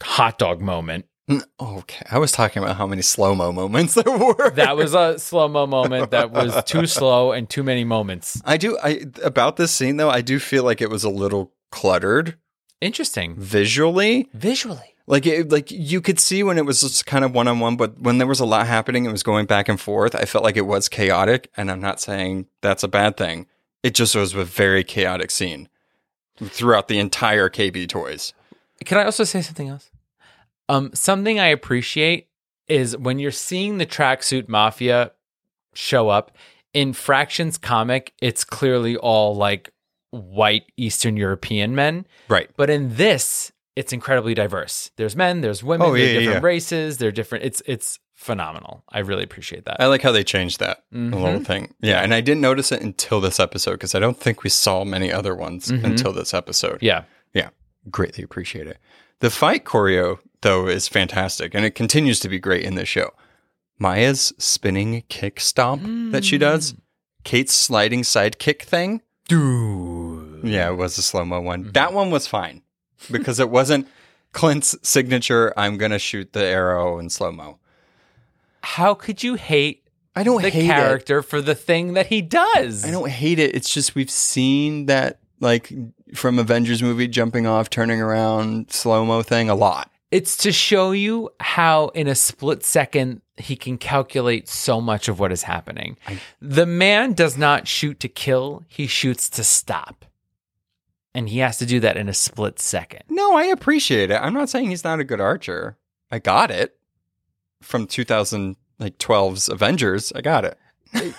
hot dog moment.
n- okay. I was talking about how many slow mo moments there were.
That was a slow mo moment that was too slow and too many moments.
I do. I about this scene though. I do feel like it was a little cluttered
Interesting.
visually.
Visually.
Like it, like you could see when it was just kind of one on one, but when there was a lot happening, it was going back and forth. I felt like it was chaotic, and I'm not saying that's a bad thing. It just was a very chaotic scene throughout the entire KB Toys.
Can I also say something else? Um, something I appreciate is when you're seeing the tracksuit mafia show up in Fractions comic, it's clearly all like white Eastern European men.
Right.
But in this, it's incredibly diverse. There's men, there's women,
Oh,
there's
yeah, yeah,
different
yeah.
races, they're different. It's it's phenomenal. I really appreciate that.
I like how they changed that
Mhm.
a little thing. Yeah, and I didn't notice it until this episode because I don't think we saw many other ones
Mhm.
until this episode.
yeah.
Yeah, greatly appreciate it. The fight choreo, though, is fantastic and it continues to be great in this show. Maya's spinning kick stomp that she does,
Mm.
Kate's sliding side kick thing.
Dude.
Yeah, it was a slow mo one. That one was fine because it wasn't Clint's signature, I'm going to shoot the arrow in slow mo.
How could you hate
I don't
the
hate it.
character for the thing that he does?
I don't hate it. It's just we've seen that like from Avengers movie jumping off, turning around, slow mo thing a lot.
It's to show you how, in a split second, he can calculate so much of what is happening. The man does not shoot to kill, he shoots to stop. And he has to do that in a split second.
No, I appreciate it. I'm not saying he's not a good archer. I got it from 2012's Avengers. I got it.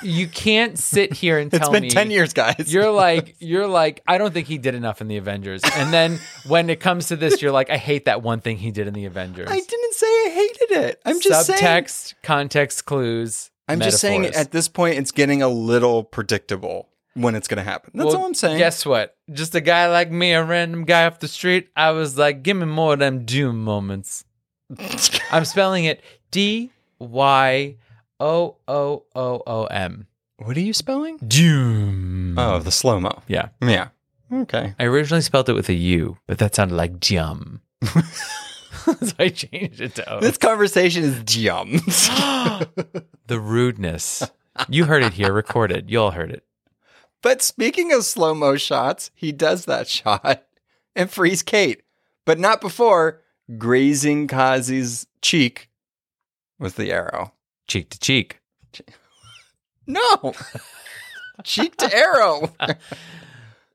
You can't sit here and tell
it's been
me
10 years, guys.
You're like, you're like, I don't think he did enough in the Avengers. And then when it comes to this, you're like, I hate that one thing he did in the Avengers.
I didn't say I hated it. I'm just saying.
subtext, context clues.
I'm just saying
metaphors.
at this point it's getting a little predictable when it's going to happen. That's
Well,
all I'm saying.
Guess what? Just a guy like me, a random guy off the street. I was like, give me more of them doom moments. I'm spelling it D Y O O O O M.
What are you spelling?
Doom.
Oh, the slow mo.
Yeah.
Yeah. Okay.
I originally spelled it with a U, but that sounded like jum. so I changed it to O.
This conversation is jumps.
the rudeness. You heard it here, recorded. You all heard it.
But speaking of slow mo shots, he does that shot and frees Kate, but not before grazing Kazi's cheek with the arrow.
Cheek to cheek.
No, cheek to arrow.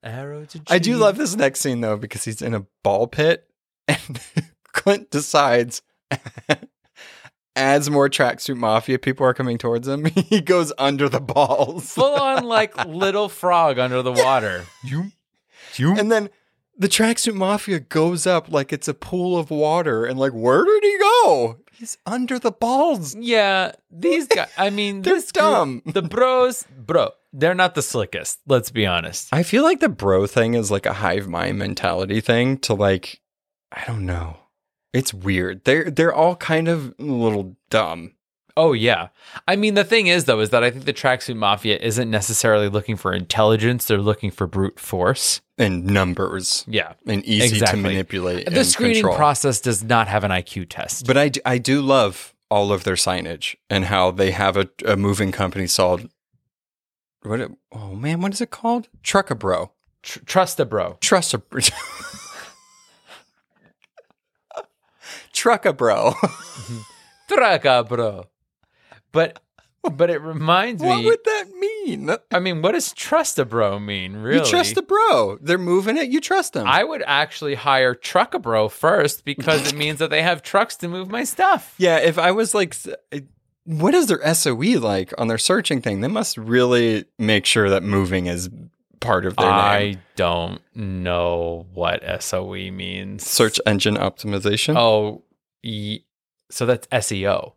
Arrow to cheek.
I do love this next scene though because he's in a ball pit and Clint decides. As more tracksuit mafia people are coming towards him, he goes under the balls.
full on like little frog under the water.
You, And then the tracksuit mafia goes up like it's a pool of water, and like, where did he go? He's under the balls.
Yeah, these guys. I mean,
They're
this group-
dumb.
the bros, bro, they're not the slickest. Let's be honest.
I feel like the bro thing is like a hive mind mentality thing to like, I don't know. It's weird. They're they're all kind of a little dumb.
Oh yeah. I mean, the thing is though, is that I think the tracksuit mafia isn't necessarily looking for intelligence. They're looking for brute force.
And numbers
Yeah.
and easy
Exactly.
to manipulate.
the
and
screening
control.
process does not have an IQ test.
But I do, I do love all of their signage and how they have a, a moving company called what? It, oh man, what is it called? Truck a bro,
Tr- trust the bro.
truss a truck a bro.
Traga bro. But but it reminds
what
me
would that mean? mean?
I mean, what does trust a bro mean, really?
You trust the bro. They're moving it. You trust them.
I would actually hire truck a bro first because it means that they have trucks to move my stuff.
yeah, if I was like, s- what is their SOE like on their searching thing? They must really make sure that moving is part of their name.
I don't know what SOE means.
Search engine optimization.
Oh, ye- so that's SEO.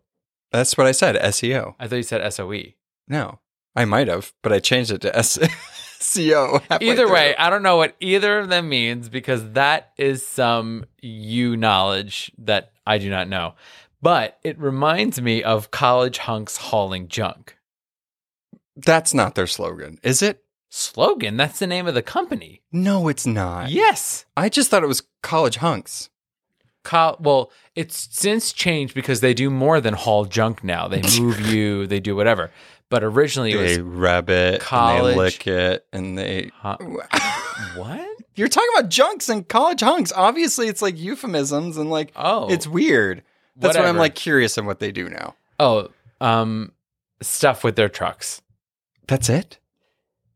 That's what I said. SEO.
I thought you said E. SOE.
No, I might have, but I changed it to SEO. halfway
Either
through.
way, I don't know what either of them means because that is some you knowledge that I do not know. But it reminds me of college hunks hauling junk.
that's not their slogan, is it?
Slogan, that's the name of the company.
No, it's not.
Yes.
I just thought it was college hunks.
Col- well, it's since changed because they do more than haul junk now. They move you, they do whatever. But originally it was
rub it,
college-
and they lick it, and they.
huh, what?
You're talking about junks and college hunks. Obviously, it's like euphemisms and like
Oh.
it's weird. That's why I'm
Whatever.
like curious on what they do now.
Oh, um stuff with their trucks.
That's it.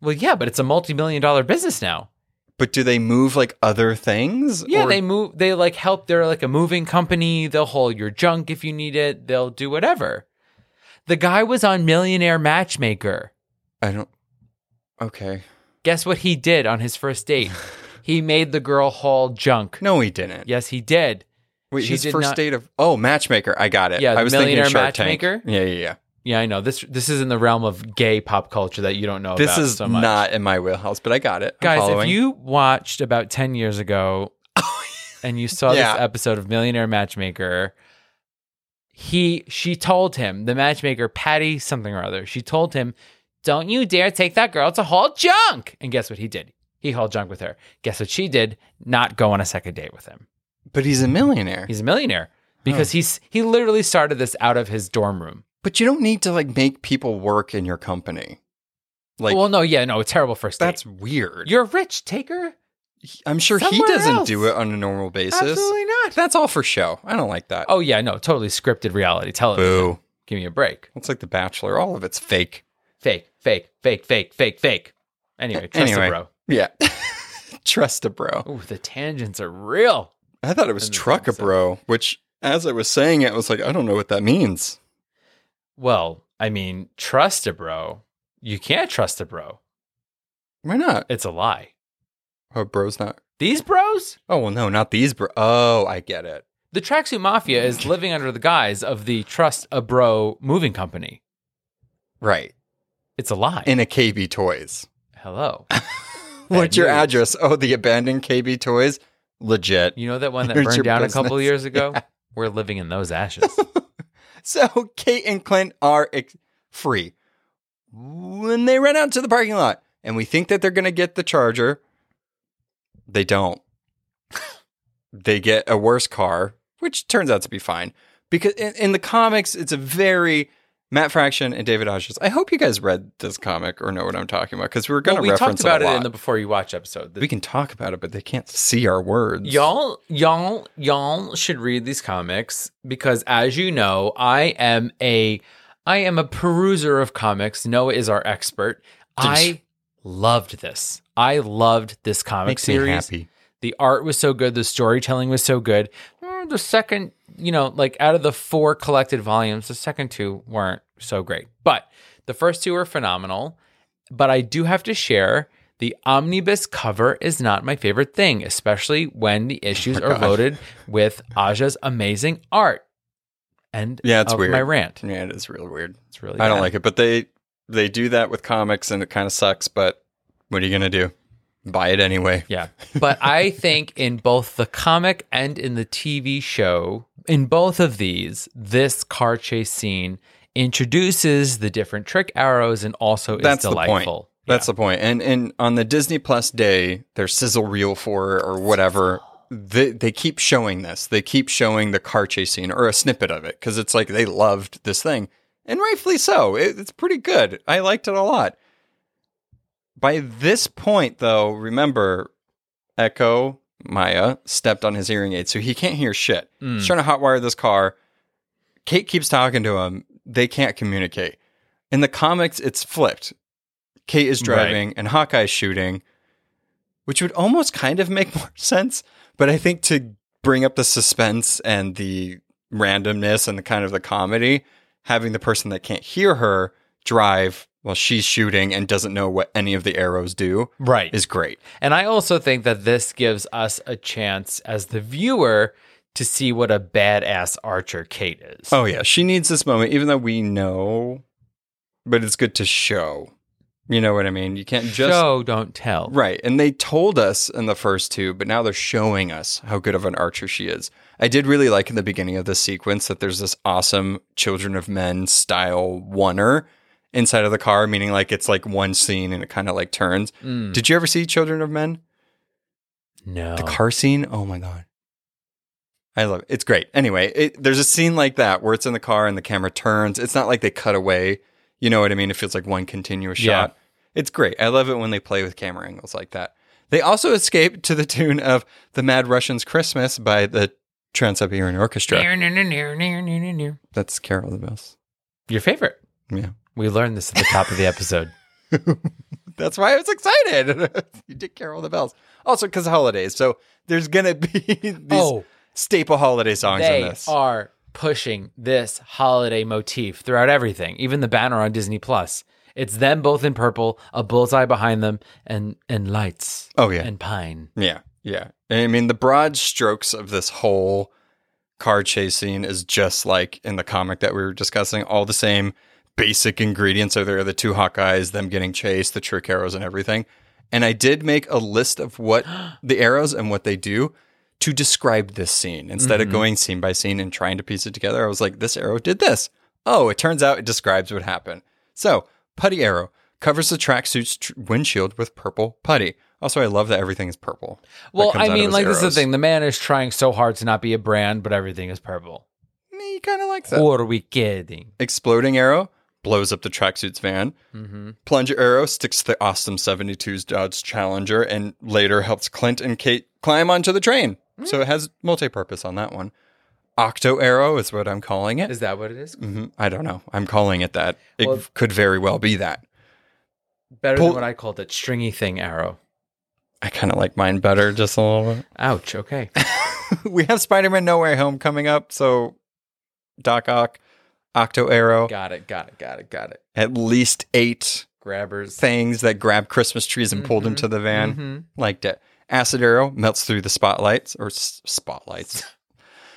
Well, yeah, but it's a multi-million dollar business now.
But do they move like other things?
Yeah,
Or-
they move. They like help. They're like a moving company. They'll haul your junk if you need it. They'll do whatever. The guy was on Millionaire Matchmaker.
I don't. Okay.
Guess what he did on his first date? he made the girl haul junk.
No, he didn't.
Yes, he did.
Wait,
She
his
did
first
not-
date of oh matchmaker. I got it.
Yeah,
I
the
was thinking
millionaire
Shark Tank.
matchmaker.
Yeah, yeah, yeah.
Yeah, I know. This this is in the realm of gay pop culture that you don't know
This
about
is
Oh, so much.
not in my wheelhouse, but I got it. I'm
Guys,
following.
if you watched about 10 years ago and you saw
Yeah.
this episode of Millionaire Matchmaker, he she told him, the matchmaker, Patty something or other, she told him, Don't you dare take that girl to haul junk. And guess what he did? He hauled junk with her. Guess what she did? Not go on a second date with him.
but he's a millionaire.
He's a millionaire
Hmm.
because he's he literally started this out of his dorm room.
But you don't need to like make people work in your company. Like
well, no, yeah, no, a terrible first date.
that's weird.
you're rich, taker?
I'm sure he
somewhere
doesn't
else.
do it on a normal basis.
Absolutely not.
That's all for show. I don't like that.
Oh yeah, no, totally scripted reality television.
boo!
Give me a break.
It's like The Bachelor. All of it's fake.
Fake, fake, fake, fake, fake, fake. Anyway, trust
Anyway.
a bro.
Yeah. Trust a bro.
Ooh, the tangents are real.
I thought it was
Doesn't
truck a
make sense.
bro, which as I was saying it, I was like, I don't know what that means.
Well, I mean, trust a bro. You can't trust a bro.
Why not?
It's a lie.
Oh, bro's not
These bros?
Oh well, no, not these, bro. Oh, I get it.
The Tracksuit Mafia is living under the guise of the Trust a Bro moving company.
Right
It's a lie.
in a KB Toys.
Hello.
What's your
news.
address? Oh, the abandoned KB Toys. Legit.
You know that one that
Here's
burned
your
down a couple
business.
years ago? We're living in those ashes.
So Kate and Clint are ex- free when they run out to the parking lot, and we think that they're going to get the Charger. They don't. they get a worse car, which turns out to be fine because in, in the comics, it's a very Matt Fraction and David Hodges. I hope you guys read this comic or know what I'm talking about because we were going
Well, we
to
talked
reference
about
it,
it,
a lot.
in the Before You Watch episode. The-
we can talk about it, but they can't see our words.
Y'all, y'all, y'all should read these comics because, as you know, I am a, I am a peruser of comics. Noah is our expert. I loved this. I loved this comic
makes me
series.
happy.
The art was so good. The storytelling was so good. Mm, The second, you know, like out of the four collected volumes, the second two weren't so great, but the first two were phenomenal. But I do have to share the omnibus cover is not my favorite thing, especially when the issues
Oh
are loaded with Aja's amazing art. And
Yeah, it's weird.
my rant.
Yeah, it is real weird.
It's really
I don't
bad.
like it, but they they do that with comics, and it kind of sucks. But what are you gonna do? Buy it anyway.
Yeah. But I think in both the comic and in the TV show, in both of these, this car chase scene introduces the different trick arrows and also is
That's the point.
delightful.
That's the point. And and on the Disney Plus day, their sizzle reel for or whatever, they they keep showing this. They keep showing the car chase scene or a snippet of it because it's like they loved this thing, and rightfully so. It, it's pretty good. I liked it a lot. By this point, though, remember, Echo Maya stepped on his hearing aid, so he can't hear shit. He's trying to hotwire this car. Kate keeps talking to him. They can't communicate. In the comics, it's flipped. Kate is driving and Hawkeye's shooting, which would almost kind of make more sense. But I think to bring up the suspense and the randomness and the kind of the comedy, having the person that can't hear her drive while she's shooting and doesn't know what any of the arrows do
Right.
is great.
And I also think that this gives us a chance as the viewer to see what a badass archer Kate is.
Oh yeah, she needs this moment, even though we know, but it's good to show. You know what I mean? You can't just
show, don't tell.
right. And they told us in the first two, but now they're showing us how good of an archer she is. I did really like in the beginning of the sequence that there's this awesome Children of Men style oneer inside of the car, meaning like it's like one scene and it kind of like turns.
Mm.
Did you ever see Children of Men?
No.
The car scene. Oh my god, I love it. It's great. Anyway, it, there's a scene like that where it's in the car and the camera turns. It's not like they cut away. You know what I mean? It feels like one continuous
Yeah.
shot. It's great. I love it when they play with camera angles like that. They also escape to the tune of "The Mad Russians Christmas" by the Trans-Siberian Orchestra. That's Carol of the Bells.
Your favorite.
Yeah.
We learned this at the top of the episode.
That's why I was excited. you did Carol of the Bells. Also, because holidays. So there's going to be these
Oh.
staple holiday songs in
they
this.
are pushing this holiday motif throughout everything, even the banner on Disney Plus. It's them both in purple, a bullseye behind them, and and lights.
Oh, yeah.
and pine.
Yeah, yeah. I mean, the broad strokes of this whole car chase scene is just like in the comic that we were discussing, all the same basic ingredients. So there are the two Hawkeyes, them getting chased, the trick arrows, and everything. And I did make a list of what the arrows and what they do to describe this scene instead
Mm-hmm.
of going scene by scene and trying to piece it together. I was like, this arrow did this. Oh, it turns out it describes what happened. So, putty arrow covers the tracksuit's tr- windshield with purple putty. Also, I love that everything is purple. that
Well,
comes
I
out of
mean,
his
like this is
arrows.
the thing. The man is trying so hard to not be a brand, but everything is purple.
Me kind of like that.
What are we kidding?
Exploding arrow blows up the tracksuit's van.
hmm
Plunger arrow sticks to the Austin 72's Dodge Challenger and later helps Clint and Kate climb onto the train. So it has multi-purpose on that one. Octo arrow is what I'm calling it.
Is that what it is?
hmm I don't know. I'm calling it that. It
Well-
could very well be that.
Better
Pull-
than what I called it, stringy thing arrow.
I kind of like mine better just a little bit.
Ouch. Okay.
we have Spider-Man No Way Home coming up, so Doc Ock, Octo Arrow,
got it. Got it. Got it. Got it.
at least eight
Grabbers.
things that grabbed Christmas trees and pulled into the van.
Mhm.
Liked it. Acid Arrow melts through the spotlights or s- spotlights,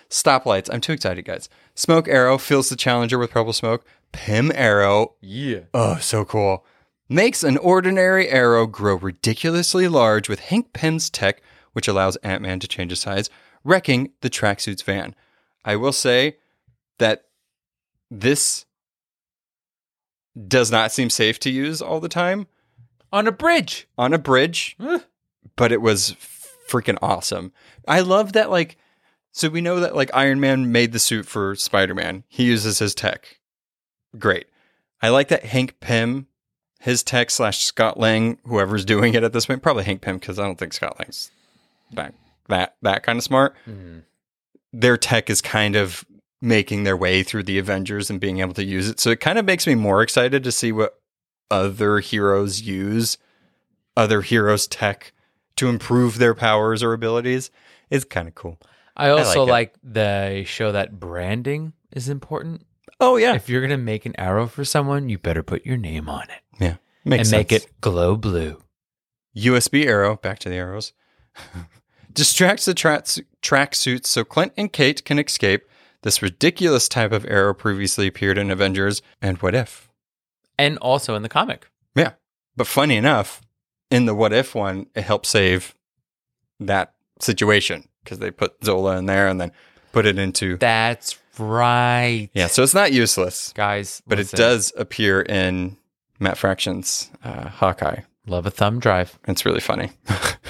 stoplights. I'm too excited, guys. Smoke Arrow fills the Challenger with purple smoke. Pym Arrow
Yeah.
Oh, so cool. Makes an ordinary arrow grow ridiculously large with Hank Pym's tech, which allows Ant Man to change his size, wrecking the tracksuit's van. I will say that this does not seem safe to use all the time
On a bridge.
on a bridge,
Huh.
but it was freaking awesome. I love that, like, so we know that, like, Iron Man made the suit for Spider Man. He uses his tech. Great. I like that Hank Pym, his tech slash Scott Lang, whoever's doing it at this point, probably Hank Pym, because I don't think Scott Lang's that, that, that kind of smart. Their tech is kind of making their way through the Avengers and being able to use it. So it kind of makes me more excited to see what other heroes use other heroes' tech to improve their powers or abilities is kind of cool.
I also
like it.
like, they show that branding is important.
Oh yeah,
If you're gonna make an arrow for someone, you better put your name on it
yeah, makes
and make
sense.
it glow blue.
USB arrow. Back to the arrows. Distracts the tra- tracksuit so Clint and Kate can escape. This ridiculous type of arrow previously appeared in Avengers and What If.
And also in the comic.
Yeah, but funny enough, in the What If one, it helped save that situation because they put Zola in there and then put it into.
That's right.
yeah, so it's not useless.
Guys,
but
listen.
it does appear in Matt Fraction's uh, Hawkeye.
love a thumb drive.
It's really funny.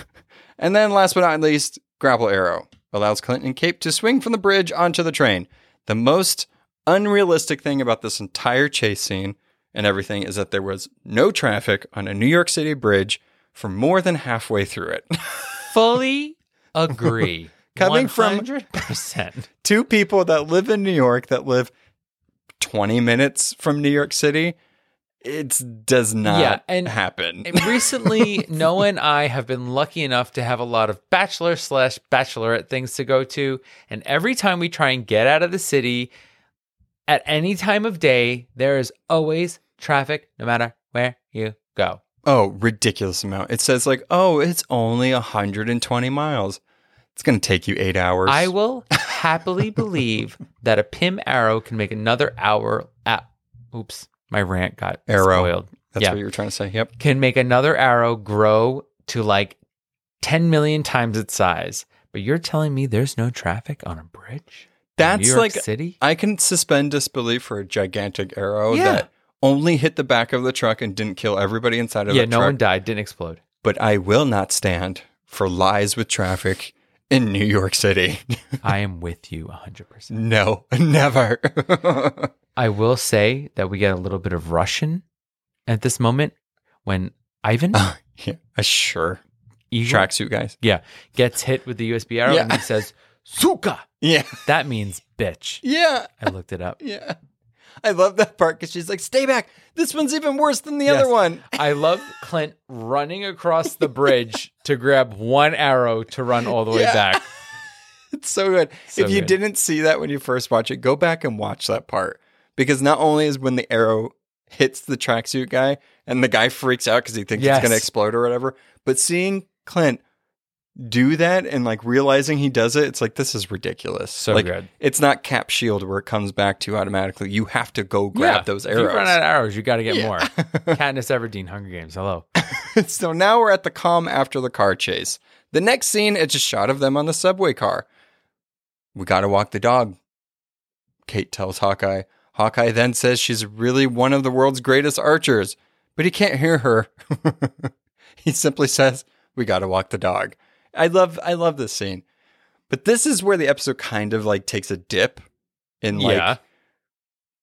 and then, last but not least, Grapple Arrow allows Clinton and Cape to swing from the bridge onto the train. The most unrealistic thing about this entire chase scene and everything is that there was no traffic on a New York City bridge for more than halfway through it.
Fully agree.
Coming from-
100%.
two people that live in New York that live 20 minutes from New York City it does not
Yeah, and-
happen.
And recently, Noah and I have been lucky enough to have a lot of bachelor slash bachelorette things to go to. And every time we try and get out of the city at any time of day, there is always traffic no matter where you go.
oh, ridiculous amount. It says like, oh, it's only 120 miles. It's going to take you eight hours.
I will happily believe that a Pim arrow can make another hour. At, oops, my rant got
Arrow.
spoiled.
That's
yeah.
what you were trying to say. Yep.
can make another arrow grow to like 10 million times its size. But you're telling me there's no traffic on a bridge?
That's
New York
like
City?
I can suspend disbelief for a gigantic arrow
Yeah.
that only hit the back of the truck and didn't kill everybody inside of
yeah,
the
no
truck.
one died, didn't explode.
But I will not stand for lies with traffic in New York City.
I am with you 100%.
no, never.
I will say that we get a little bit of Russian at this moment when Ivan
yeah, uh, sure.
Igor,
Tracksuit guys.
yeah, gets hit with the USB arrow
Yeah.
and he says, Suka!
Yeah.
That means bitch.
Yeah.
I looked it up.
Yeah. I love that part because she's like, stay back. This one's even worse than the
Yes.
other one.
I love Clint running across the bridge to grab one arrow to run all the way
Yeah.
back.
It's so good.
So
if you
good.
didn't see that when you first watch it, go back and watch that part because not only is when the arrow hits the tracksuit guy and the guy freaks out because he thinks
Yes.
it's going to explode or whatever, but seeing Clint do that and like realizing he does it, it's like this is ridiculous.
So
like,
good.
It's not cap shield where it comes back to you automatically. You have to go grab those
If you run out
arrows.
of arrows, you got to get
Yeah.
more. Katniss Everdeen, Hunger Games. Hello.
so now we're at the calm after the car chase. The next scene, it's a shot of them on the subway car. We got to walk the dog. Kate tells Hawkeye. Hawkeye then says she's really one of the world's greatest archers, but he can't hear her. he simply says, "We got to walk the dog." I love I love this scene. But this is where the episode kind of like takes a dip in like
yeah.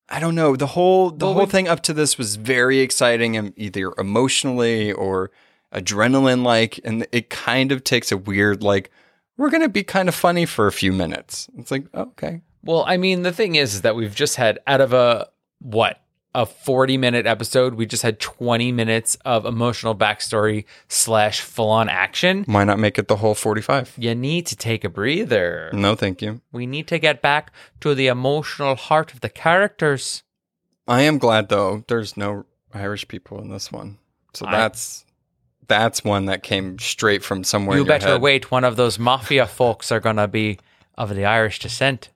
I don't know. The whole the
Well,
whole
we-
thing up to this was very exciting and either emotionally or adrenaline like and it kind of takes a weird like we're going to be kind of funny for a few minutes. It's like, okay.
Well, I mean, the thing is, is that we've just had out of a what a forty-minute episode, we just had twenty minutes of emotional backstory slash full-on action.
Why not make it the whole 45?
You need to take a breather.
No, thank you.
We need to get back to the emotional heart of the characters.
I am glad though there's no Irish people in this one. So
I-
that's that's one that came straight from somewhere
you
in your
better
head.
wait. One of those mafia folks are gonna be of the Irish descent.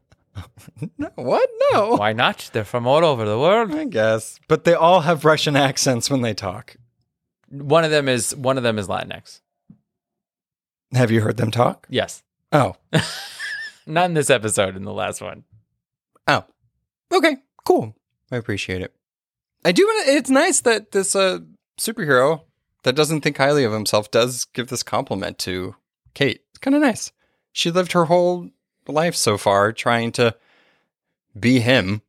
No, what? No.
Why not? They're from all over the world.
I guess, but they all have Russian accents when they talk.
One of them is one of them is Latinx.
Have you heard them talk?
Yes.
Oh,
Not in this episode, in the last one.
Oh, okay, cool. I appreciate it. I do. wanna- It's nice that this uh, superhero that doesn't think highly of himself does give this compliment to Kate. It's kind of nice. She lived her whole life so far trying to be him.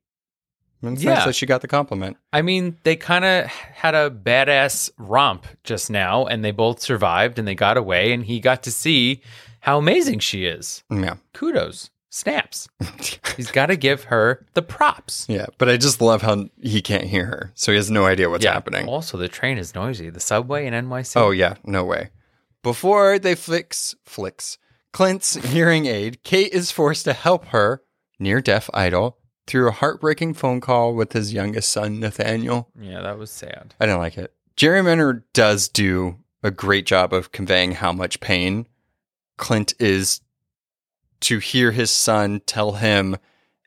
And It's
Yeah.
nice that she got the compliment.
I mean, they kind of had a badass romp just now, and they both survived and they got away, and he got to see how amazing she is.
Yeah,
Kudos, snaps. He's got to give her the props.
yeah. But I just love how he can't hear her, so he has no idea what's
Yeah.
happening.
Also, the train is noisy. The subway in NYC.
Oh yeah, no way. Before they flicks flicks Clint's hearing aid, Kate is forced to help her near deaf idol through a heartbreaking phone call with his youngest son Nathaniel.
yeah, that was sad.
I didn't like it. Jerry Renner does do a great job of conveying how much pain Clint is to hear his son tell him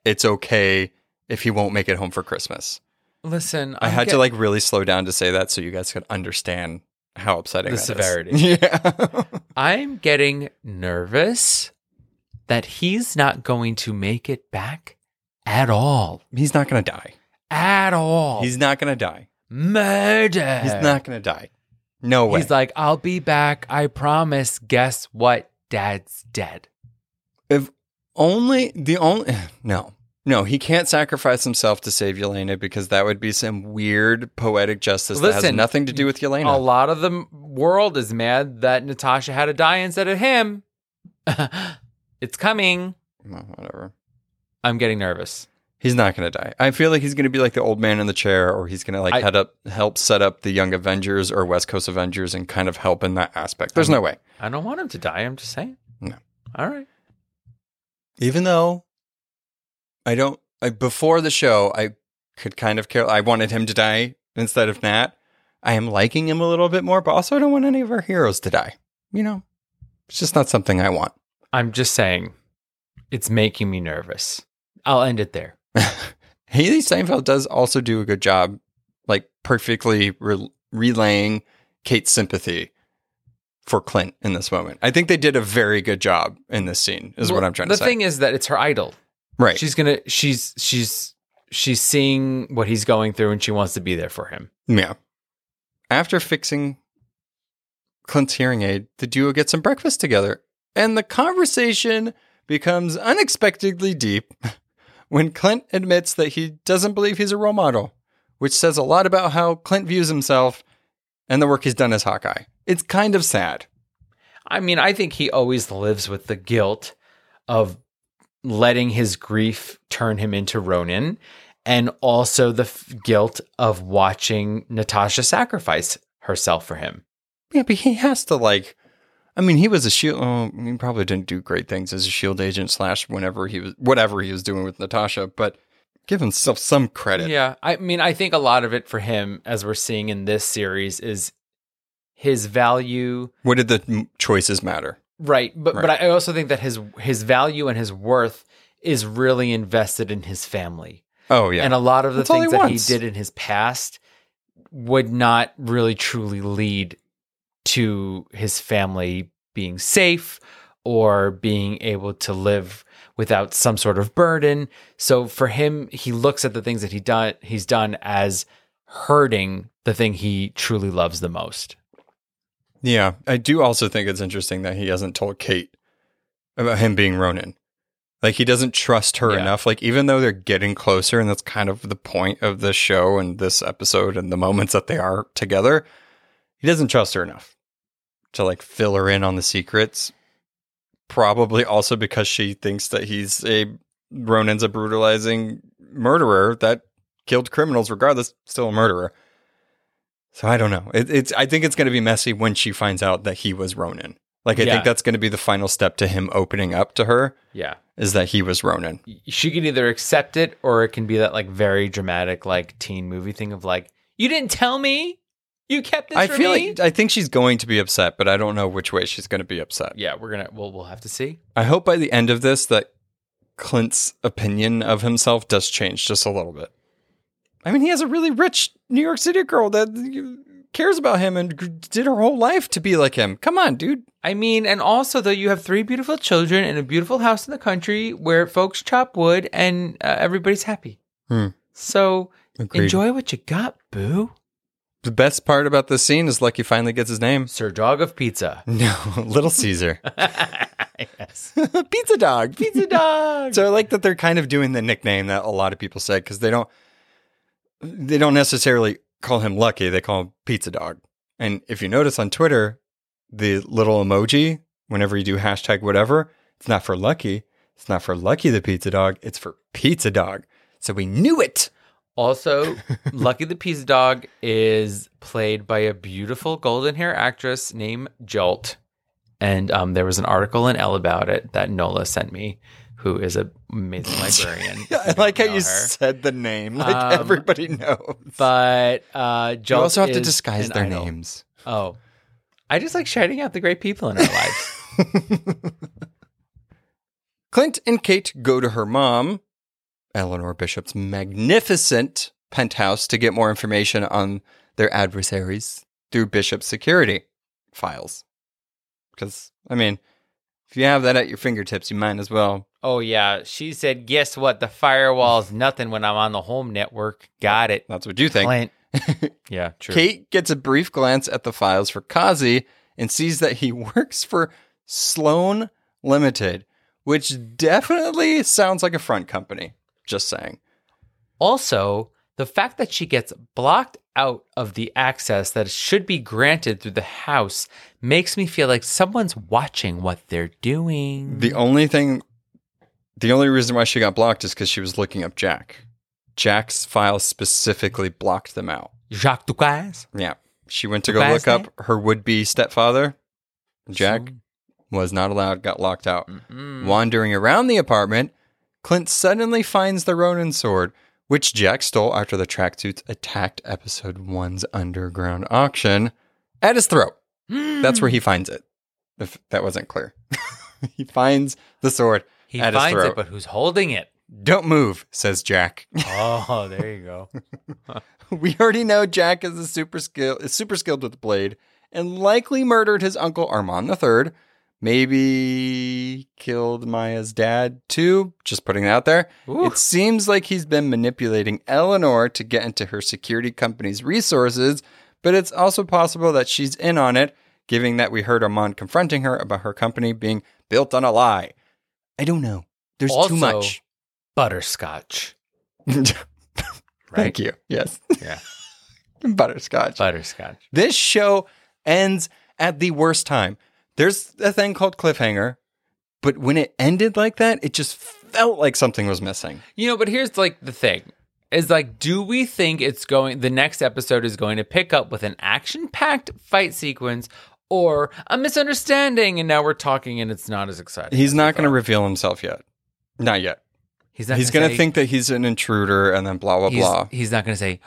it's okay if he won't make it home for Christmas.
Listen,
I
I'm
had
get-
to like really slow down to say that so you guys could understand how upsetting
The
that is.
severity.
Yeah.
I'm getting nervous that he's not going to make it back at all.
He's not going to die.
At all.
He's not going to die.
murder.
He's not going to die. No way.
Eh. He's like, I'll be back. I promise. Guess what? Dad's dead.
if only the only no. No, he can't sacrifice himself to save Yelena because that would be some weird poetic justice that has
Listen,
nothing to do with
A
Yelena.
lot of the m- world is mad that Natasha had to die instead of him. it's coming.
Well, whatever.
I'm getting nervous.
He's not going to die. I feel like he's going to be like the old man in the chair, or he's going to like
I-
head up, help set up the Young Avengers or West Coast Avengers, and kind of help in that aspect. There's no way.
I don't want him to die. I'm just saying.
No.
All right.
even though I don't, I, before the show, I could kind of care. I wanted him to die instead of Nat. I am liking him a little bit more, but also I don't want any of our heroes to die. You know, it's just not something I want.
I'm just saying, it's making me nervous. I'll end it there.
Haley Steinfeld does also do a good job, like perfectly re- relaying Kate's sympathy for Clint in this moment. I think they did a very good job in this scene, is what I'm trying
the
to say.
The thing is that it's her idol.
right.
She's gonna. She's she's she's seeing what he's going through, and she wants to be there for him.
Yeah. After fixing Clint's hearing aid, the duo get some breakfast together, and the conversation becomes unexpectedly deep when Clint admits that he doesn't believe he's a role model, which says a lot about how Clint views himself and the work he's done as Hawkeye. It's kind of sad.
I mean, I think he always lives with the guilt of letting his grief turn him into Ronin and also the f- guilt of watching Natasha sacrifice herself for him.
Yeah, but he has to like. I mean, he was a shield. Oh, he probably didn't do great things as a shield agent slash whenever he was whatever he was doing with Natasha, but give himself some credit.
Yeah. I mean, I think a lot of it for him, as we're seeing in this series, is his value.
What did the m- choices matter?
Right. But but
Right.
I also think that his his value and his worth is really invested in his family.
Oh yeah,
And a lot of the
That's all
things
he
that
wants.
he did in his past would not really truly lead to his family being safe or being able to live without some sort of burden. So for him, he looks at the things that he done he's done as hurting the thing he truly loves the most.
yeah. I do also think it's interesting that he hasn't told Kate about him being Ronin. Like he doesn't trust her
Yeah.
enough. Like even though they're getting closer, and that's kind of the point of this show and this episode and the moments that they are together, he doesn't trust her enough to like fill her in on the secrets. Probably also because she thinks that he's a Ronin's a brutalizing murderer that killed criminals, regardless, still a murderer. So I don't know. It, it's I think it's going to be messy when she finds out that he was Ronin. Like I
Yeah.
think that's going to be the final step to him opening up to her
Yeah.
is that he was Ronin.
She can either accept it or it can be that like very dramatic like teen movie thing of like, you didn't tell me you kept this
I
from
feel
me?
like I think she's going to be upset, but I don't know which way she's going to be upset.
yeah, we're gonna we'll we'll have to see.
I hope by the end of this that Clint's opinion of himself does change just a little bit. I mean, he has a really rich New York City girl that cares about him and g- did her whole life to be like him. Come on, dude.
I mean, and also though you have three beautiful children and a beautiful house in the country where folks chop wood and uh, everybody's happy.
Hmm.
So
Agreed.
enjoy what you got, boo.
The best part about this scene is Lucky finally gets his name.
Sir Dog of Pizza.
No, Little Caesar.
yes,
Pizza Dog. Pizza
Pizza Dog.
So I like that they're kind of doing the nickname that a lot of people said because they don't they don't necessarily call him Lucky. They call him Pizza Dog. And if you notice on Twitter, the little emoji whenever you do hashtag whatever, it's not for Lucky. It's not for Lucky the Pizza Dog. It's for Pizza Dog. So we knew it.
also, Lucky the Pizza Dog is played by a beautiful golden hair actress named Jolt. And um, there was an article in Elle about it that Nola sent me, who is an amazing librarian. if
I
don't
like how
know
you
her.
said the name. Like
Um,
everybody knows.
but uh, Jolt
you also have to
is
disguise
an
their
idol.
names.
Oh, I just like shouting out the great people in our lives.
Clint and Kate go to her mom, Eleanor Bishop's magnificent penthouse, to get more information on their adversaries through Bishop's security files. Because, I mean, if you have that at your fingertips, you might as well.
oh yeah, she said, "Guess what? The firewall's nothing when I'm on the home network." Got it,
That's what you think.
Clint. yeah, true.
Kate gets a brief glance at the files for Kazi and sees that he works for Sloan Limited, which definitely sounds like a front company. Just saying.
Also, the fact that she gets blocked out of the access that should be granted through the house makes me feel like someone's watching what they're doing.
The only thing The only reason why she got blocked is because she was looking up Jack. Jack's file specifically blocked them out.
Jacques Ducas.
Yeah. She went to go
Ducas
look up her would be stepfather. Jack
So-
was not allowed, got locked out. Wandering around the apartment, Clint suddenly finds the Ronin sword, which Jack stole after the tracksuits attacked episode one's underground auction at his throat. That's where he finds it, if that wasn't clear. he finds the sword
He
at
finds
his
it,
throat.
but who's holding it?
Don't move, says Jack.
Oh, there you go.
we already know Jack is a super skill is super skilled with the blade and likely murdered his uncle Armand III. Maybe killed Maya's dad too. Just putting it out there.
Ooh.
It seems like he's been manipulating Eleanor to get into her security company's resources, but it's also possible that she's in on it, given that we heard Armand confronting her about her company being built on a lie. I don't know. There's
Also-
too much.
Butterscotch.
Thank you. Yes.
Yeah.
Butterscotch.
Butterscotch.
This show ends at the worst time. There's a thing called cliffhanger, but when it ended like that, it just felt like something was missing.
You know, but here's like the thing is like, do we think it's going, the next episode is going to pick up with an action packed fight sequence or a misunderstanding? And now we're talking and it's not as exciting.
He's not going to reveal himself yet. Not yet.
he's not
he's
gonna
going
say-
to think that he's an intruder and then blah, blah,
he's,
blah.
he's not going to say,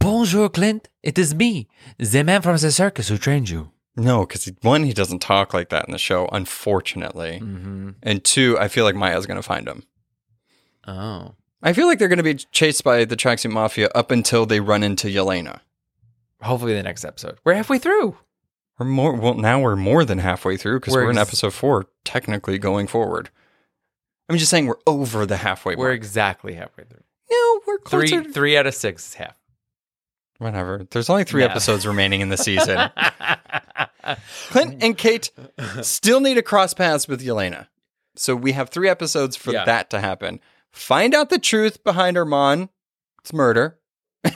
Bonjour, Clint. It is me, the man from the circus who trained you.
No, because one, he doesn't talk like that in the show, unfortunately.
Mm-hmm.
And two, I feel like Maya's going to find him.
Oh.
I feel like they're going to be chased by the Tracksuit Mafia up until they run into Yelena.
Hopefully, the next episode. We're halfway through.
We're more well now. We're more than halfway through because
We're
we're, in
ex-
episode four, technically going forward. I'm just saying we're over the halfway
We're
mark.
exactly halfway through.
no, we're
Three,
closer.
three out of six is half.
Whatever. There's only three
No.
episodes remaining in the season. Clint and Kate still need to cross paths with Yelena, so we have three episodes for
Yeah.
that to happen. Find out the truth behind Armand. It's murder. I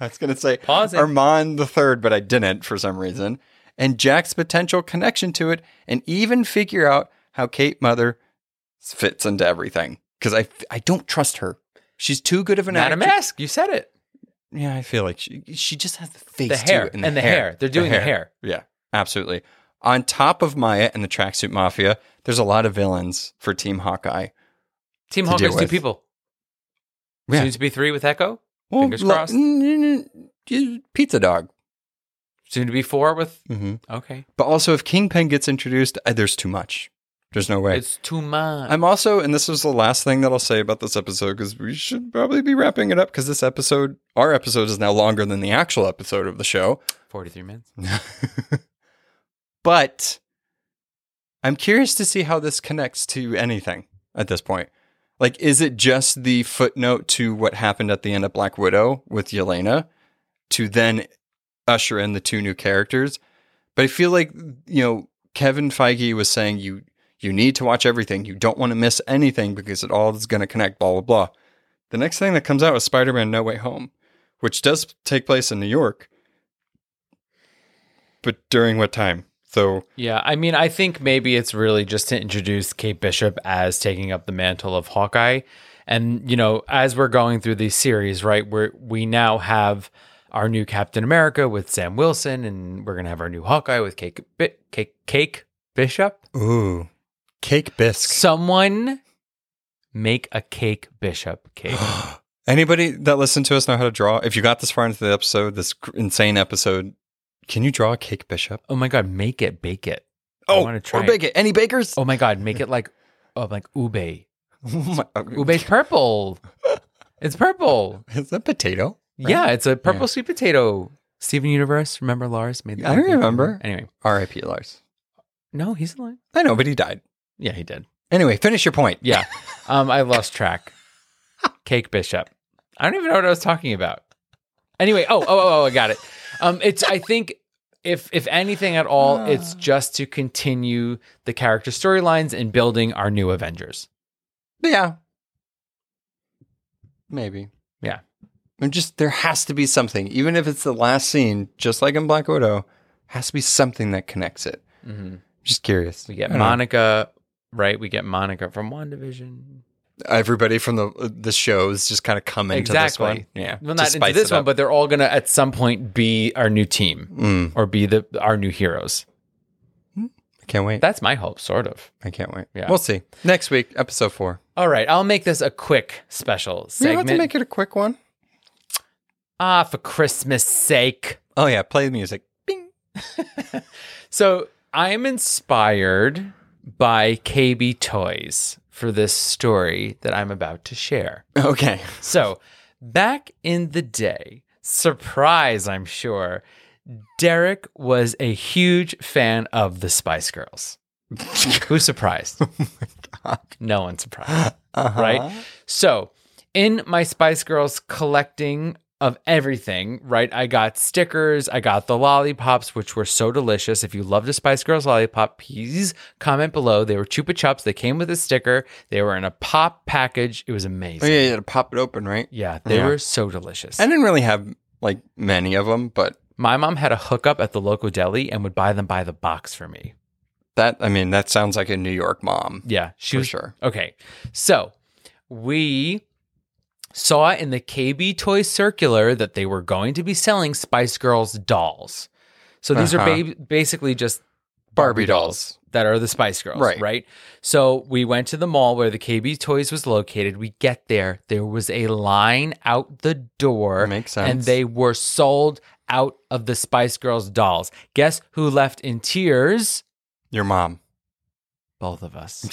was gonna say
Pause it.
Armand the third, but I didn't for some reason. And Jack's potential connection to it, and even figure out how Kate Mother fits into everything. Because I, I don't trust her. She's too good of an
Madam
actress.
Mask, you said it.
Yeah, I feel like she, she just has the face,
The hair
too,
and the hair. They're doing the hair.
Yeah, absolutely. On top of Maya and the Tracksuit Mafia, there's a lot of villains for Team Hawkeye.
Team
To
Hawkeye's
deal
two
with.
people.
Yeah.
Soon to be three with Echo.
Well,
Fingers
lo-
crossed.
mm, mm, mm, Pizza Dog.
Soon to be four with.
hmm
Okay.
But also, if Kingpin gets introduced, uh, there's too much. There's no way.
It's too much.
I'm also, and this is the last thing that I'll say about this episode because we should probably be wrapping it up because this episode, our episode, is now longer than the actual episode of the show.
43 minutes.
but I'm curious to see how this connects to anything at this point. Like, is it just the footnote to what happened at the end of Black Widow with Yelena to then usher in the two new characters? But I feel like, you know, Kevin Feige was saying you you need to watch everything. You don't want to miss anything because it all is going to connect, blah, blah, blah. The next thing that comes out is Spider Man No Way Home, which does take place in New York. But during what time? So
Yeah. I mean, I think maybe it's really just to introduce Kate Bishop as taking up the mantle of Hawkeye. And, you know, as we're going through these series, right, where we now have our new Captain America with Sam Wilson, and we're going to have our new Hawkeye with Cake, Bi- Cake, Cake Bishop.
Ooh. Cake bisque.
Someone make a cake bishop cake.
Anybody that listened to us know how to draw? If you got this far into the episode, this cr- insane episode, can you draw a cake bishop?
oh my god, make it, bake it. I
Oh,
wanna try
or bake it. Any bakers?
Oh my god, make it like oh like ube.
Oh my-
Ube's purple. It's purple.
Is that potato? right?
Yeah, it's a purple
Yeah.
sweet potato. Steven Universe, remember Lars made
I remember.
Anyway,
R.I.P. Lars.
no, he's alive.
I know, but he died.
Yeah, he did.
Anyway, finish your point.
Yeah. Um, I lost track. Cake Bishop. I don't even know what I was talking about. Anyway, oh, oh, oh, oh, I got it. Um, it's I think if if anything at all, it's just to continue the character storylines and building our new Avengers.
Yeah. Maybe.
Yeah.
And just there has to be something, even if it's the last scene, just like in Black Widow, has to be something that connects it. Just curious.
Mm-hmm. We get
I don't know.
Monica right? We get Monica from WandaVision.
Everybody from the the shows just kind of come into this one. Yeah.
Well,
to
not into
spice
this
it
one,
up.
but they're all going to at some point be our new team
Mm,
or be the our new heroes.
I can't wait.
That's my hope, sort of.
I can't wait.
Yeah.
We'll see. Next week, episode four.
All right, I'll make this a quick special
We don't
segment.
have to make it a quick one.
ah, for Christmas sake.
Oh yeah, play the music. Bing.
So I'm inspired by KB Toys for this story that I'm about to share.
Okay.
So, back in the day, surprise, I'm sure, Derek was a huge fan of the Spice Girls. Who's surprised? No one's surprised, right? So, in my Spice Girls collecting of everything, right? I got stickers, I got the lollipops, which were so delicious. If you loved a Spice Girls lollipop, please comment below. They were Chupa Chups. They came with a sticker. They were in a pop package. It was amazing.
Oh, yeah, you had to pop it open, right?
Yeah, they
Yeah.
were so delicious.
I
And
didn't really have like many of them, but
my mom had a hookup at the local deli and would buy them by the box for me.
that I mean, that sounds like a New York mom.
Yeah, she
For
was
sure.
Okay, so we saw in the KB Toy Circular that they were going to be selling Spice Girls dolls. So these are
Uh-huh.
ba- basically just
Barbie dolls.
that are the Spice Girls, right.
Right.
So we went to the mall where the KB Toys was located. We get there, there was a line out the door,
Makes
and
sense.
they were sold out of the Spice Girls dolls. Guess who left in tears?
Your mom.
Both of us.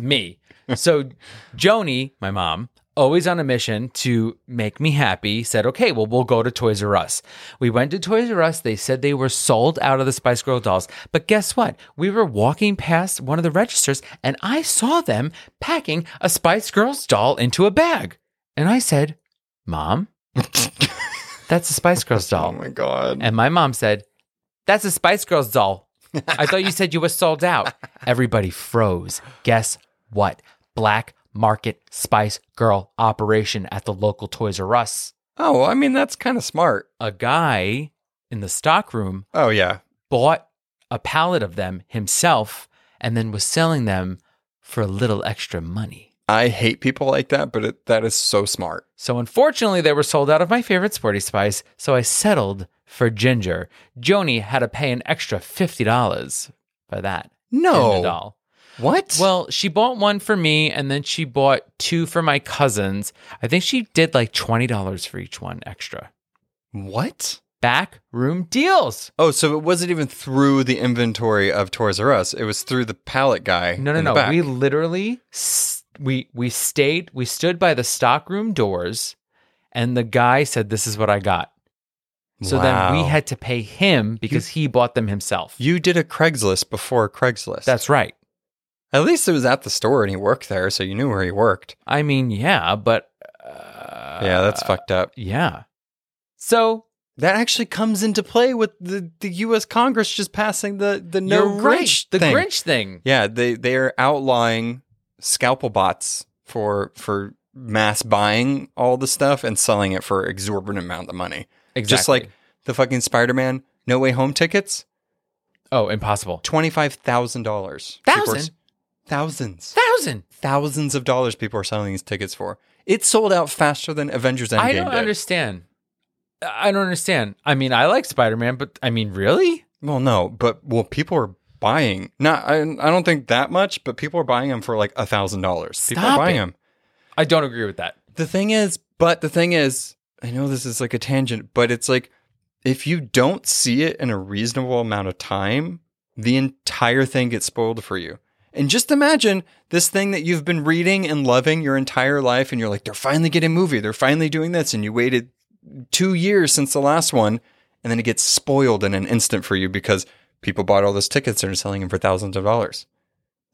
me. So Joni, my mom, always on a mission to make me happy, said, okay, well, we'll go to Toys R Us. We went to Toys R Us. They said they were sold out of the Spice Girl dolls. But guess what? We were walking past one of the registers and I saw them packing a Spice Girls doll into a bag. And I said, Mom, that's a Spice Girls
Oh
doll.
my god.
And my mom said, That's a Spice Girls doll. I thought you said you were sold out. Everybody froze. Guess what? Black market Spice Girl operation at the local Toys R Us.
oh, I mean that's kind of smart.
A guy in the stockroom
Oh yeah.
bought a pallet of them himself and then was selling them for a little extra money.
I hate people like that, but it, that is so smart.
So unfortunately, they were sold out of my favorite sporty spice, so I settled for ginger. Joni had to pay an extra $50 for that. in the doll.
What?
Well, she bought one for me and then she bought two for my cousins. I think she did like $20 for each one extra.
what?
Back room deals.
Oh, so it wasn't even through the inventory of Toys R Us. It was through the pallet guy.
No, no,
in the
no.
back.
We literally s- we we stayed, we stood by the stockroom doors and the guy said this is what I got. So then
Wow.
we had to pay him because he bought them himself.
You did a Craigslist before Craigslist.
That's right.
at least it was at the store, and he worked there, so you knew where he worked.
I mean, yeah, but uh,
yeah, that's fucked up.
yeah. So
That actually comes into play with the, the U.S. Congress just passing the the no
you're right.
Grinch
The
thing.
Grinch thing.
Yeah, they they are outlawing scalpel bots for for mass buying all the stuff and selling it for exorbitant amount of money.
Exactly.
Just like the fucking Spider-Man No Way Home tickets,
oh, impossible.
twenty five thousand dollars.
Thousand?
Thousands.
Thousand.
Thousands of dollars people are selling these tickets for. It sold out faster than Avengers Endgame
I don't
did.
understand. I don't understand. I mean, I like Spider Man, but I mean, really?
Well, no, but well, people are buying. Not, I, I don't think that much, but people are buying them for like a thousand dollars. People
Stop
are buying
it.
them.
I don't agree with that.
The thing is, but the thing is, I know this is like a tangent, but it's like if you don't see it in a reasonable amount of time, the entire thing gets spoiled for you. And just imagine this thing that you've been reading and loving your entire life, and you're like, they're finally getting a movie, they're finally doing this, and you waited two years since the last one, and then it gets spoiled in an instant for you because people bought all those tickets and are selling them for thousands of dollars.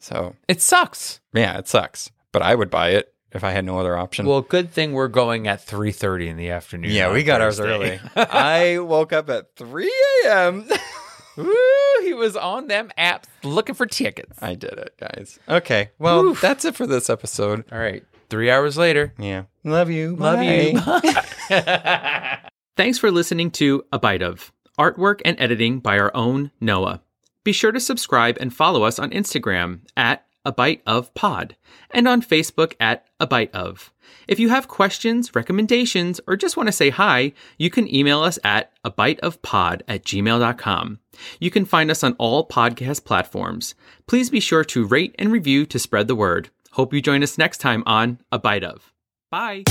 So
It sucks.
yeah, it sucks. But I would buy it if I had no other option.
Well, good thing we're going at three thirty in the afternoon.
Yeah,
on
we got ours
Thursday.
early. I woke up at 3 a.m.
Woo, he was on them apps looking for tickets.
I did it, guys. Okay. Well,
Oof.
that's it for this episode.
All right, three hours later.
Yeah. Love you.
Love you.
Bye.
Thanks for listening to A Bite of Artwork and Editing by our own Noah. Be sure to subscribe and follow us on Instagram at A Bite of Pod and on Facebook at A Bite of. If you have questions, recommendations, or just want to say hi, you can email us at a bite of pod at gmail.com. You can find us on all podcast platforms. Please be sure to rate and review to spread the word. Hope you join us next time on A Bite of. Bye.